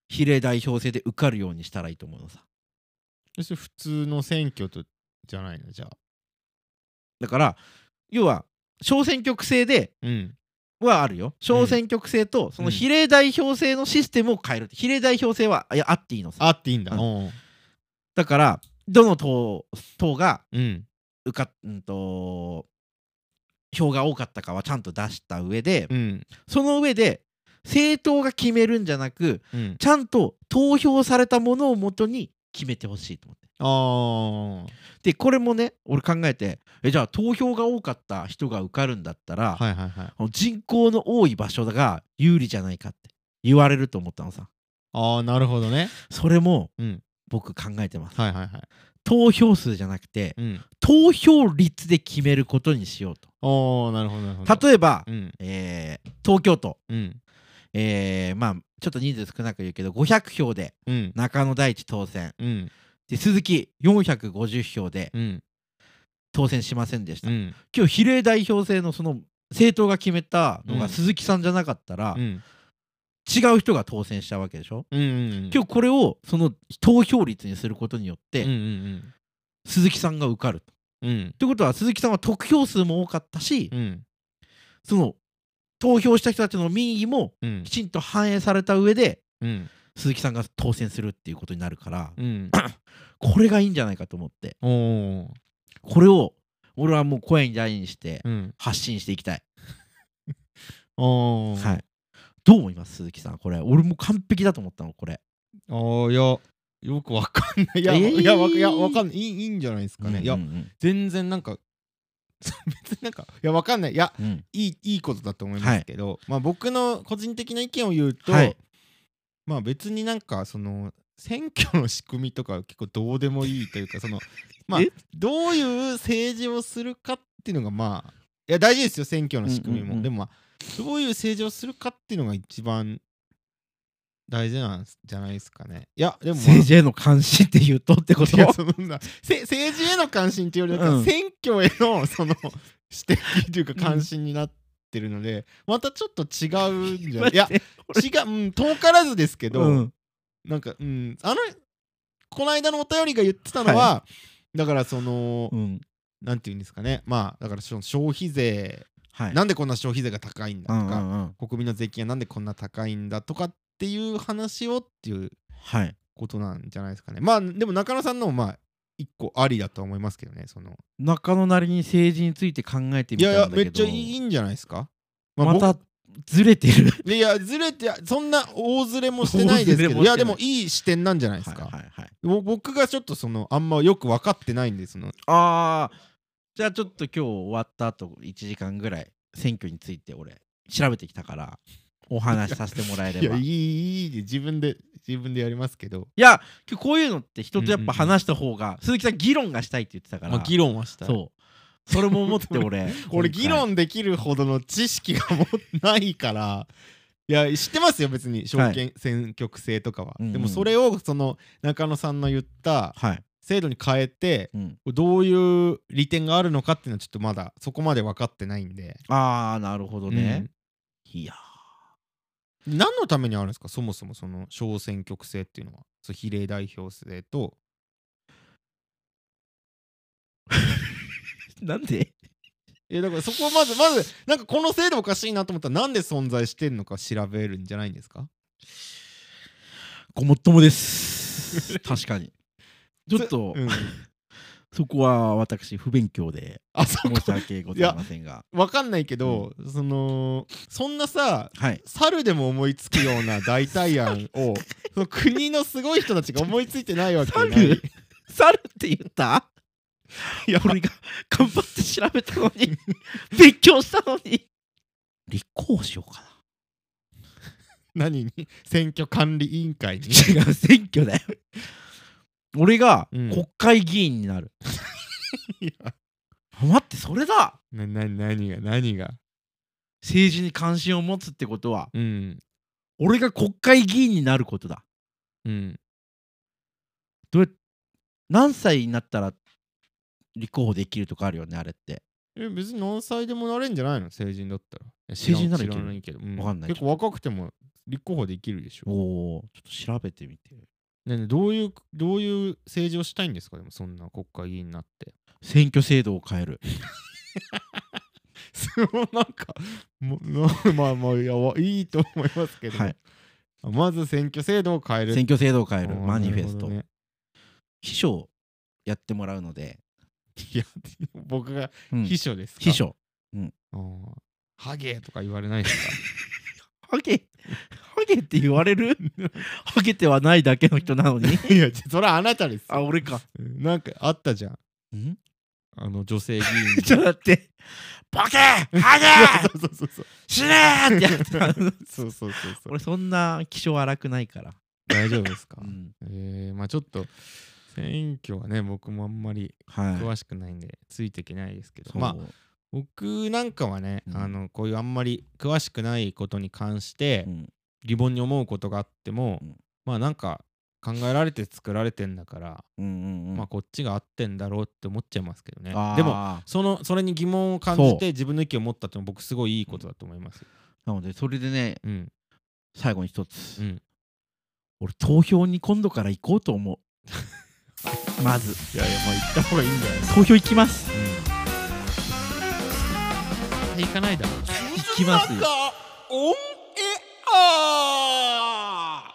[SPEAKER 2] 比例代表制で受かるようにしたらいいと思うのさ
[SPEAKER 1] それ普通の選挙とじゃないのじゃあ
[SPEAKER 2] だから要は小選挙区制で
[SPEAKER 1] うん
[SPEAKER 2] はあるよ小選挙区制とその比例代表制のシステムを変える比例代表制はいやあっていいのさ
[SPEAKER 1] あっていいんだ
[SPEAKER 2] うん
[SPEAKER 1] おう
[SPEAKER 2] だからどの党党が
[SPEAKER 1] うん
[SPEAKER 2] 受かっうんと票が多かったかはちゃんと出した上で、
[SPEAKER 1] うん
[SPEAKER 2] その上で政党が決めるんじゃなく
[SPEAKER 1] うん
[SPEAKER 2] ちゃんと投票されたものをもとに決めてほしいと思って
[SPEAKER 1] あ
[SPEAKER 2] でこれもね俺考えてえじゃあ投票が多かった人が受かるんだったら、
[SPEAKER 1] あはいはいはい
[SPEAKER 2] あの人口の多い場所が有利じゃないかって言われると思ったのさ
[SPEAKER 1] ああなるほどね
[SPEAKER 2] それも
[SPEAKER 1] うん
[SPEAKER 2] 僕考えてます
[SPEAKER 1] はいはいはい
[SPEAKER 2] 投票数じゃなくて
[SPEAKER 1] うん
[SPEAKER 2] 投票率で決めることにしようと
[SPEAKER 1] おおなるほどなるほど
[SPEAKER 2] 例えば、
[SPEAKER 1] うん
[SPEAKER 2] えー東京都
[SPEAKER 1] うん
[SPEAKER 2] えーまあちょっと人数少なく言うけど500票で
[SPEAKER 1] うん
[SPEAKER 2] 中野大地当選
[SPEAKER 1] うん
[SPEAKER 2] で鈴木450票で
[SPEAKER 1] うん
[SPEAKER 2] 当選しませんでした、
[SPEAKER 1] うん
[SPEAKER 2] 今日比例代表制のその政党が決めたの
[SPEAKER 1] う
[SPEAKER 2] が
[SPEAKER 1] ん
[SPEAKER 2] 鈴木さんじゃなかったら、
[SPEAKER 1] うん
[SPEAKER 2] 違う人が当選したわけでしょ
[SPEAKER 1] うんうん
[SPEAKER 2] 今日これをその投票率にすることによって、
[SPEAKER 1] うんうん
[SPEAKER 2] 鈴木さんが受かると。
[SPEAKER 1] うんうん
[SPEAKER 2] ってことは鈴木さんは得票数も多かったし、
[SPEAKER 1] うん
[SPEAKER 2] その投票した人たちの民意も
[SPEAKER 1] うん
[SPEAKER 2] きちんと反映された上で
[SPEAKER 1] うん
[SPEAKER 2] 鈴木さんが当選するっていうことになるから、
[SPEAKER 1] うん
[SPEAKER 2] これがいいんじゃないかと思って
[SPEAKER 1] おお
[SPEAKER 2] これを俺はもう声に大にして
[SPEAKER 1] うん
[SPEAKER 2] 発信していきたい、
[SPEAKER 1] おお
[SPEAKER 2] はいどう思います鈴木さんこれ俺もう完璧だと思ったのこれ
[SPEAKER 1] ああいやよくわかんないいや、
[SPEAKER 2] えー
[SPEAKER 1] いやわかいやわかんないいいいいんじゃないですかね、いや
[SPEAKER 2] うんうん
[SPEAKER 1] 全然なんか 別になんかいやわかんないいや
[SPEAKER 2] うんうん
[SPEAKER 1] いいいいことだと思いますけど、まあ僕の個人的な意見を言うと、
[SPEAKER 2] はい
[SPEAKER 1] まあ別になんかその選挙の仕組みとかは結構どうでもいいと いうかそのまあ
[SPEAKER 2] え
[SPEAKER 1] どういう政治をするかっていうのがまあいや大事ですよ選挙の仕組みも、
[SPEAKER 2] うんうんうん
[SPEAKER 1] でもまあどういう政治をするかっていうのが一番大事なんじゃないですかねいやでも、まあ
[SPEAKER 2] 政治への関心って言うとってこと
[SPEAKER 1] いやそんなせ政治への関心っていうよりだから、
[SPEAKER 2] うん
[SPEAKER 1] 選挙へのその指摘というか関心になっってるのでまたちょっと違うんじゃないい
[SPEAKER 2] 待っ
[SPEAKER 1] や
[SPEAKER 2] て
[SPEAKER 1] 違う、うん、遠からずですけど、
[SPEAKER 2] うん
[SPEAKER 1] なんか、うん、あのこの間のお便りが言ってたのは、だからその、
[SPEAKER 2] うん
[SPEAKER 1] なんていうんですかねまあだからその消費税、
[SPEAKER 2] はい
[SPEAKER 1] なんでこんな消費税が高いんだと
[SPEAKER 2] うんう
[SPEAKER 1] か、
[SPEAKER 2] んうん
[SPEAKER 1] 国民の税金がなんでこんな高いんだとかっていう話をっていう
[SPEAKER 2] はい
[SPEAKER 1] ことなんじゃないですかねまあでも中野さんのもまあ一個ありだとは思いますけどねその
[SPEAKER 2] 中野なりに政治について考えて
[SPEAKER 1] い
[SPEAKER 2] みた
[SPEAKER 1] や
[SPEAKER 2] ん
[SPEAKER 1] いや
[SPEAKER 2] だけど
[SPEAKER 1] めっちゃいいんじゃないですか、まあ
[SPEAKER 2] またずれてる
[SPEAKER 1] 僕いやずれてそんな大ずれもしてないですけ
[SPEAKER 2] 大ずれ
[SPEAKER 1] どいや
[SPEAKER 2] もしてない
[SPEAKER 1] でもいい視点なんじゃないですか、
[SPEAKER 2] はいはいはい
[SPEAKER 1] もう僕がちょっとそのあんまよく分かってないんですの
[SPEAKER 2] あーじゃあちょっと今日終わった後1時間ぐらい選挙について俺調べてきたからお話しさせてもらえ
[SPEAKER 1] い
[SPEAKER 2] れ
[SPEAKER 1] や
[SPEAKER 2] ば
[SPEAKER 1] い
[SPEAKER 2] いや
[SPEAKER 1] いいいで自分で自分でやりますけど、
[SPEAKER 2] 今日こういうのって人とやっぱ話した方が、鈴木さん議論がしたいって言ってたから、
[SPEAKER 1] 論はした
[SPEAKER 2] そうそれも思って 俺
[SPEAKER 1] 俺
[SPEAKER 2] 今
[SPEAKER 1] 議
[SPEAKER 2] 回
[SPEAKER 1] 論できるほどの知識がもうないからいや知ってますよ別に証券選挙区制とかは、
[SPEAKER 2] うんうん
[SPEAKER 1] でもそれをその中野さんの言った
[SPEAKER 2] はい、
[SPEAKER 1] 制度に変えて
[SPEAKER 2] うん、
[SPEAKER 1] どういう利点があるのかっていうのはちょっとまだそこまで分かってないんで、
[SPEAKER 2] ああなるほどね、いや
[SPEAKER 1] うん何のためにあるんですかそもそもその小選挙区制っていうのはそう比例代表制と
[SPEAKER 2] ーなんで
[SPEAKER 1] えだからそこをまずまずなんかこの制度おかしいなと思ったらなんで存在してんのか調べるんじゃないんですか
[SPEAKER 2] ごもっともです 確かにちょっと、
[SPEAKER 1] うん
[SPEAKER 2] そこは私不勉強で
[SPEAKER 1] あそ
[SPEAKER 2] 申
[SPEAKER 1] こ
[SPEAKER 2] し訳ございませんが
[SPEAKER 1] わかんないけど、そのそんなさ
[SPEAKER 2] はい
[SPEAKER 1] 猿でも思いつくような代替案を その国のすごい人たちが思いついてないわけない
[SPEAKER 2] 猿猿って言った
[SPEAKER 1] いや
[SPEAKER 2] 俺が頑張って調べたのに 勉強したのに立候補しようかな
[SPEAKER 1] 何に 選挙管理委員会に
[SPEAKER 2] 違う選挙だよ俺が
[SPEAKER 1] うん
[SPEAKER 2] 国会議員に なる、
[SPEAKER 1] いや
[SPEAKER 2] あ待ってそれだ
[SPEAKER 1] なな何が何が
[SPEAKER 2] 政治に関心を持つってことは
[SPEAKER 1] うん
[SPEAKER 2] 俺が国会議員になることだ
[SPEAKER 1] うん
[SPEAKER 2] どうや何歳になったら立候補できるとかあるよねあれって
[SPEAKER 1] え別に何歳でもなれんじゃないの成人だったらいや
[SPEAKER 2] 成人ならいけ
[SPEAKER 1] 知
[SPEAKER 2] る
[SPEAKER 1] らないけど、う
[SPEAKER 2] わかんないけど
[SPEAKER 1] 結構若くても立候補できるでしょ
[SPEAKER 2] おおちょっと調べてみて
[SPEAKER 1] ねえねえどういうどういう政治をしたいんですかでもそんな国会議員にな って
[SPEAKER 2] 選挙制度を変える
[SPEAKER 1] そのなんかもな まあまあいやわいいと思いますけど、
[SPEAKER 2] はい
[SPEAKER 1] まず選挙制度を変える
[SPEAKER 2] 選挙制度を変え
[SPEAKER 1] あ
[SPEAKER 2] る
[SPEAKER 1] ー
[SPEAKER 2] マニフェスト、
[SPEAKER 1] なる
[SPEAKER 2] 秘書をやってもらうので、
[SPEAKER 1] ほどねいや 僕が
[SPEAKER 2] うん
[SPEAKER 1] 秘書ですか、
[SPEAKER 2] 秘書
[SPEAKER 1] あーハゲとか言われないですか
[SPEAKER 2] ハゲハゲって言われる ハゲてはないだけの人なのに
[SPEAKER 1] いやそれはあなたですよ
[SPEAKER 2] あ俺か
[SPEAKER 1] うんなんかあったじゃん
[SPEAKER 2] ん
[SPEAKER 1] あの女性議員
[SPEAKER 2] ちょっと待ってボケ ハゲ
[SPEAKER 1] そうそうそうそう
[SPEAKER 2] 死ねーってやってた
[SPEAKER 1] そうそうそうそう
[SPEAKER 2] 俺そんな気性荒くないから、
[SPEAKER 1] 大丈夫ですか、
[SPEAKER 2] うん
[SPEAKER 1] えー、まあちょっと選挙はね僕もあんまり
[SPEAKER 2] はい
[SPEAKER 1] 詳しくないんで、ついていけないですけど
[SPEAKER 2] そう
[SPEAKER 1] まあ僕なんかはね、
[SPEAKER 2] うん
[SPEAKER 1] あのこういうあんまり詳しくないことに関して
[SPEAKER 2] うん
[SPEAKER 1] 疑問に思うことがあっても、
[SPEAKER 2] うん
[SPEAKER 1] まあなんか考えられて作られてんだから、
[SPEAKER 2] うんうんうん
[SPEAKER 1] まあこっちが合ってんだろうって思っちゃいますけどね
[SPEAKER 2] あー
[SPEAKER 1] でもそのそれに疑問を感
[SPEAKER 2] そ
[SPEAKER 1] じ
[SPEAKER 2] う
[SPEAKER 1] て自分の意見を持ったってのは僕すごいいいことだと思いますよ
[SPEAKER 2] なのでそれでね
[SPEAKER 1] うん
[SPEAKER 2] 最後に一
[SPEAKER 1] う
[SPEAKER 2] つ、
[SPEAKER 1] ん
[SPEAKER 2] 俺投票に今度から行こうと思う まず
[SPEAKER 1] いやいやまあ行った方がいいんだよ、
[SPEAKER 2] 投票行きます
[SPEAKER 1] うん、行かないだろう
[SPEAKER 2] 行きますよ
[SPEAKER 1] オンエア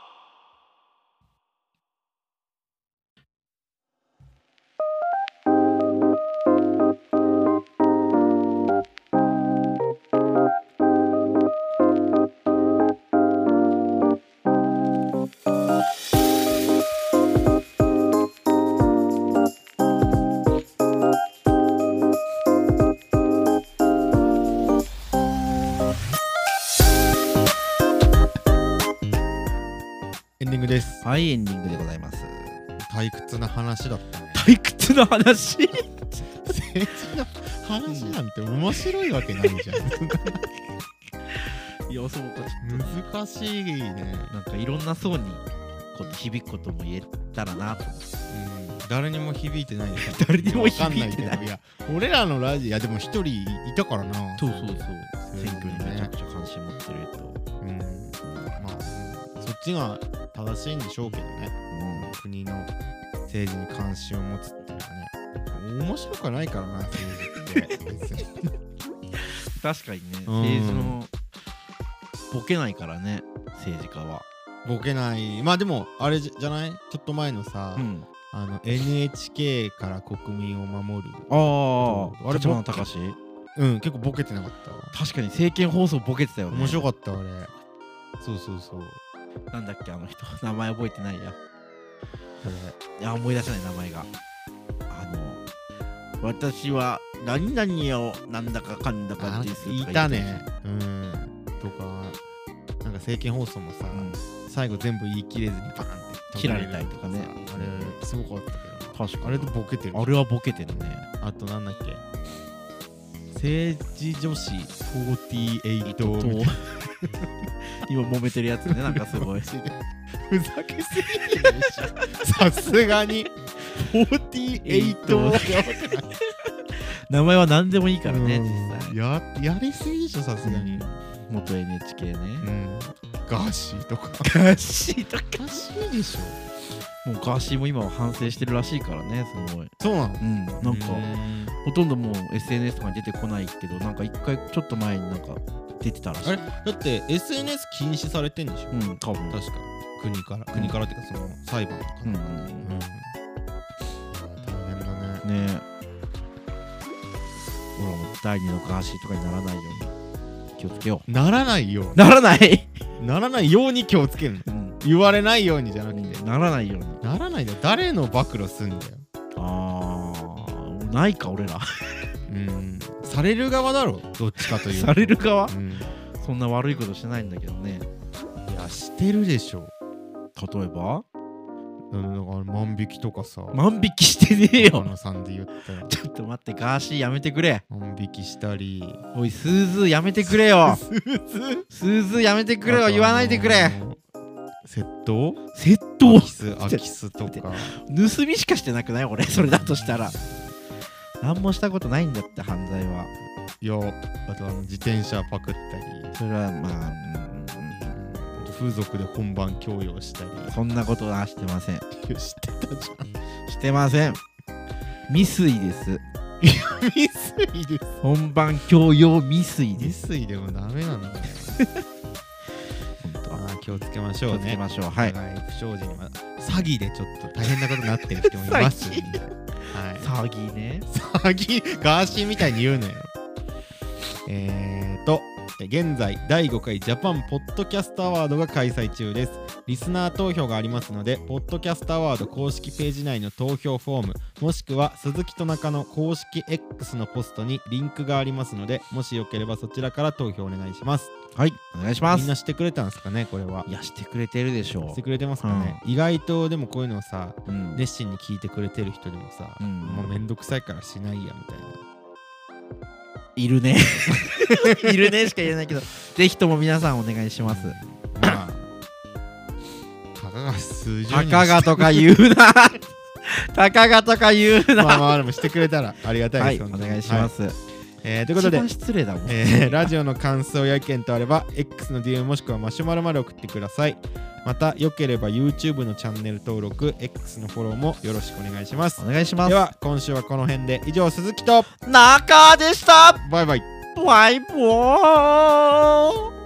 [SPEAKER 1] エンディングです
[SPEAKER 2] はいエンディングでございます
[SPEAKER 1] 退屈な話だ ったね
[SPEAKER 2] 退屈の話
[SPEAKER 1] 政治の話なんて面白いわけないじゃん
[SPEAKER 2] いやそうか
[SPEAKER 1] 難しいね
[SPEAKER 2] なんかいろんな層にこう響くことも言えたらなと思って
[SPEAKER 1] うん誰にも響いてない です
[SPEAKER 2] 誰にも響いてな
[SPEAKER 1] わ
[SPEAKER 2] い
[SPEAKER 1] かんけどや俺らのラジオいやでも一人いたからな
[SPEAKER 2] そうそうそ
[SPEAKER 1] そ
[SPEAKER 2] う
[SPEAKER 1] う
[SPEAKER 2] 選挙にめちゃくちゃ関心持ってると、
[SPEAKER 1] うんまあそっちが正しいんでしょうけどね
[SPEAKER 2] う
[SPEAKER 1] 国の政治に関心を持つっていうのはね面白くないからな政治って別に
[SPEAKER 2] ん、確かにね
[SPEAKER 1] うん
[SPEAKER 2] 政治のボケないからね政治家は
[SPEAKER 1] ボケないまあでもあれじゃじゃないちょっと前のさ、
[SPEAKER 2] うん
[SPEAKER 1] あの NHK から国民を守る
[SPEAKER 2] ああ
[SPEAKER 1] あれ
[SPEAKER 2] 立花隆
[SPEAKER 1] うん結構ボケてなかったわ
[SPEAKER 2] 確かに政見放送ボケてたよね
[SPEAKER 1] 面白
[SPEAKER 2] っ
[SPEAKER 1] かったあれそうそうそう
[SPEAKER 2] たなんだっけあの人 名前覚えてないや
[SPEAKER 1] これ
[SPEAKER 2] いや思い出せない名前があの私は何々をなんだかかんだか
[SPEAKER 1] あ
[SPEAKER 2] ですとか言
[SPEAKER 1] い
[SPEAKER 2] って
[SPEAKER 1] たねうんとかなんか政見放送もさ、
[SPEAKER 2] うん
[SPEAKER 1] 最後全部言い切れずにバーンって
[SPEAKER 2] 切られたりとかね
[SPEAKER 1] あれすごかったけど
[SPEAKER 2] 確かに
[SPEAKER 1] あれでボケてる
[SPEAKER 2] あれはボケてるね
[SPEAKER 1] あとなんだっけ政治女子48みたいな
[SPEAKER 2] 今揉めてるやつねなんかす ごい
[SPEAKER 1] ふざけすぎるでしょさすがに48は
[SPEAKER 2] 名前は何でもいいからね
[SPEAKER 1] うん
[SPEAKER 2] 実際
[SPEAKER 1] ややりすぎでしょさすがに
[SPEAKER 2] 元 NHK ね
[SPEAKER 1] うんガーシーとか
[SPEAKER 2] ガッシーとか
[SPEAKER 1] ガーシーでしょ
[SPEAKER 2] もうガーシーも今は反省してるらしいからねすごい
[SPEAKER 1] そうなの
[SPEAKER 2] うんなんかほとんどもう SNS とかに出てこないけどなんか一回ちょっと前になんか出てたらしい
[SPEAKER 1] あれだって SNS 禁止されてんでしょ、
[SPEAKER 2] うん多分
[SPEAKER 1] 確か国から国からっていうかその裁判とか
[SPEAKER 2] うん
[SPEAKER 1] ね、
[SPEAKER 2] う
[SPEAKER 1] う
[SPEAKER 2] ん
[SPEAKER 1] んいや大変だね
[SPEAKER 2] ねえ俺らも第二のガーシーとかにならないように気をつけよ
[SPEAKER 1] ならないよう
[SPEAKER 2] うならない、
[SPEAKER 1] にならないように気をつけるの
[SPEAKER 2] うん、
[SPEAKER 1] 言われないようにじゃなくて、
[SPEAKER 2] ならないように
[SPEAKER 1] ならないで誰の暴露すんだよ
[SPEAKER 2] あーないか俺ら
[SPEAKER 1] うんされる側だろどっちかというと
[SPEAKER 2] される側
[SPEAKER 1] うん
[SPEAKER 2] そんな悪いことしてないんだけどね
[SPEAKER 1] いやしてるでしょ
[SPEAKER 2] 例えば
[SPEAKER 1] うんだから万引きとかさ
[SPEAKER 2] 万引きしてねえ
[SPEAKER 1] 中
[SPEAKER 2] よ
[SPEAKER 1] 野さんで言ったら
[SPEAKER 2] ちょっと待ってガーシーやめてくれ
[SPEAKER 1] 万引きしたり
[SPEAKER 2] おいスーズーやめてく れよスーズーやめてくれよ言わないでく
[SPEAKER 1] あ
[SPEAKER 2] れ
[SPEAKER 1] とあの窃盗
[SPEAKER 2] 窃
[SPEAKER 1] ア
[SPEAKER 2] 盗
[SPEAKER 1] キスアキスとか
[SPEAKER 2] 盗みしかしてなくない俺それだとしたら何もしたことないんだって犯罪はい
[SPEAKER 1] やあとあの自転車パクったり
[SPEAKER 2] それはまあうんうん
[SPEAKER 1] あと風俗で本番強要したり
[SPEAKER 2] そんなことはしてません
[SPEAKER 1] いや知ってたじゃん
[SPEAKER 2] してません未遂です
[SPEAKER 1] 未遂です
[SPEAKER 2] 本番強要未遂で
[SPEAKER 1] 未
[SPEAKER 2] す
[SPEAKER 1] 遂でもダメなんだよ
[SPEAKER 2] 本当は
[SPEAKER 1] あー気をつけまし
[SPEAKER 2] 気
[SPEAKER 1] ょう
[SPEAKER 2] を
[SPEAKER 1] ね
[SPEAKER 2] つけましょうはい
[SPEAKER 1] はい、不祥事には詐欺でちょっと大変なことになってる人もいますよねは
[SPEAKER 2] 詐欺ね
[SPEAKER 1] い、詐欺ガーシーみたいに言うなよえーとえ現在第5回ジャパンポッドキャストアワードが開催中ですリスナー投票がありますのでポッドキャストアワード公式ページ内の投票フォームもしくは鈴木と中野公式 X のポストにリンクがありますのでもしよければそちらから投票お願いします
[SPEAKER 2] はいお願いしま
[SPEAKER 1] みん
[SPEAKER 2] す
[SPEAKER 1] なしてくれたんですかねこれはい
[SPEAKER 2] やしてくれてるでしょ
[SPEAKER 1] してくれてますかね、意外とでもこういうのをさ
[SPEAKER 2] う、うん
[SPEAKER 1] 熱心に聞いてくれてる人でもさ、
[SPEAKER 2] うん
[SPEAKER 1] もうめんどくさいからしないやみたいない
[SPEAKER 2] るね いるねしか言えないけどぜひとも皆さんお願いします
[SPEAKER 1] まあたかが数十人
[SPEAKER 2] たかがとか言うな たかがとか言うな、
[SPEAKER 1] まあまあでもしてくれたらありがた
[SPEAKER 2] はいい
[SPEAKER 1] です、
[SPEAKER 2] お
[SPEAKER 1] 本当に
[SPEAKER 2] 願いしま
[SPEAKER 1] は
[SPEAKER 2] す、
[SPEAKER 1] えーとい
[SPEAKER 2] と
[SPEAKER 1] うことで、
[SPEAKER 2] 失礼だもん、
[SPEAKER 1] えーラジオの感想や意見とあれば X の DM もしくはマシュマロまで送ってくださいまたよければ YouTube のチャンネル登録 X のフォローもよろしくお願いします
[SPEAKER 2] お願いします
[SPEAKER 1] では今週はこの辺で以上鈴木と
[SPEAKER 2] 中でした
[SPEAKER 1] バイバイ
[SPEAKER 2] バイバーイ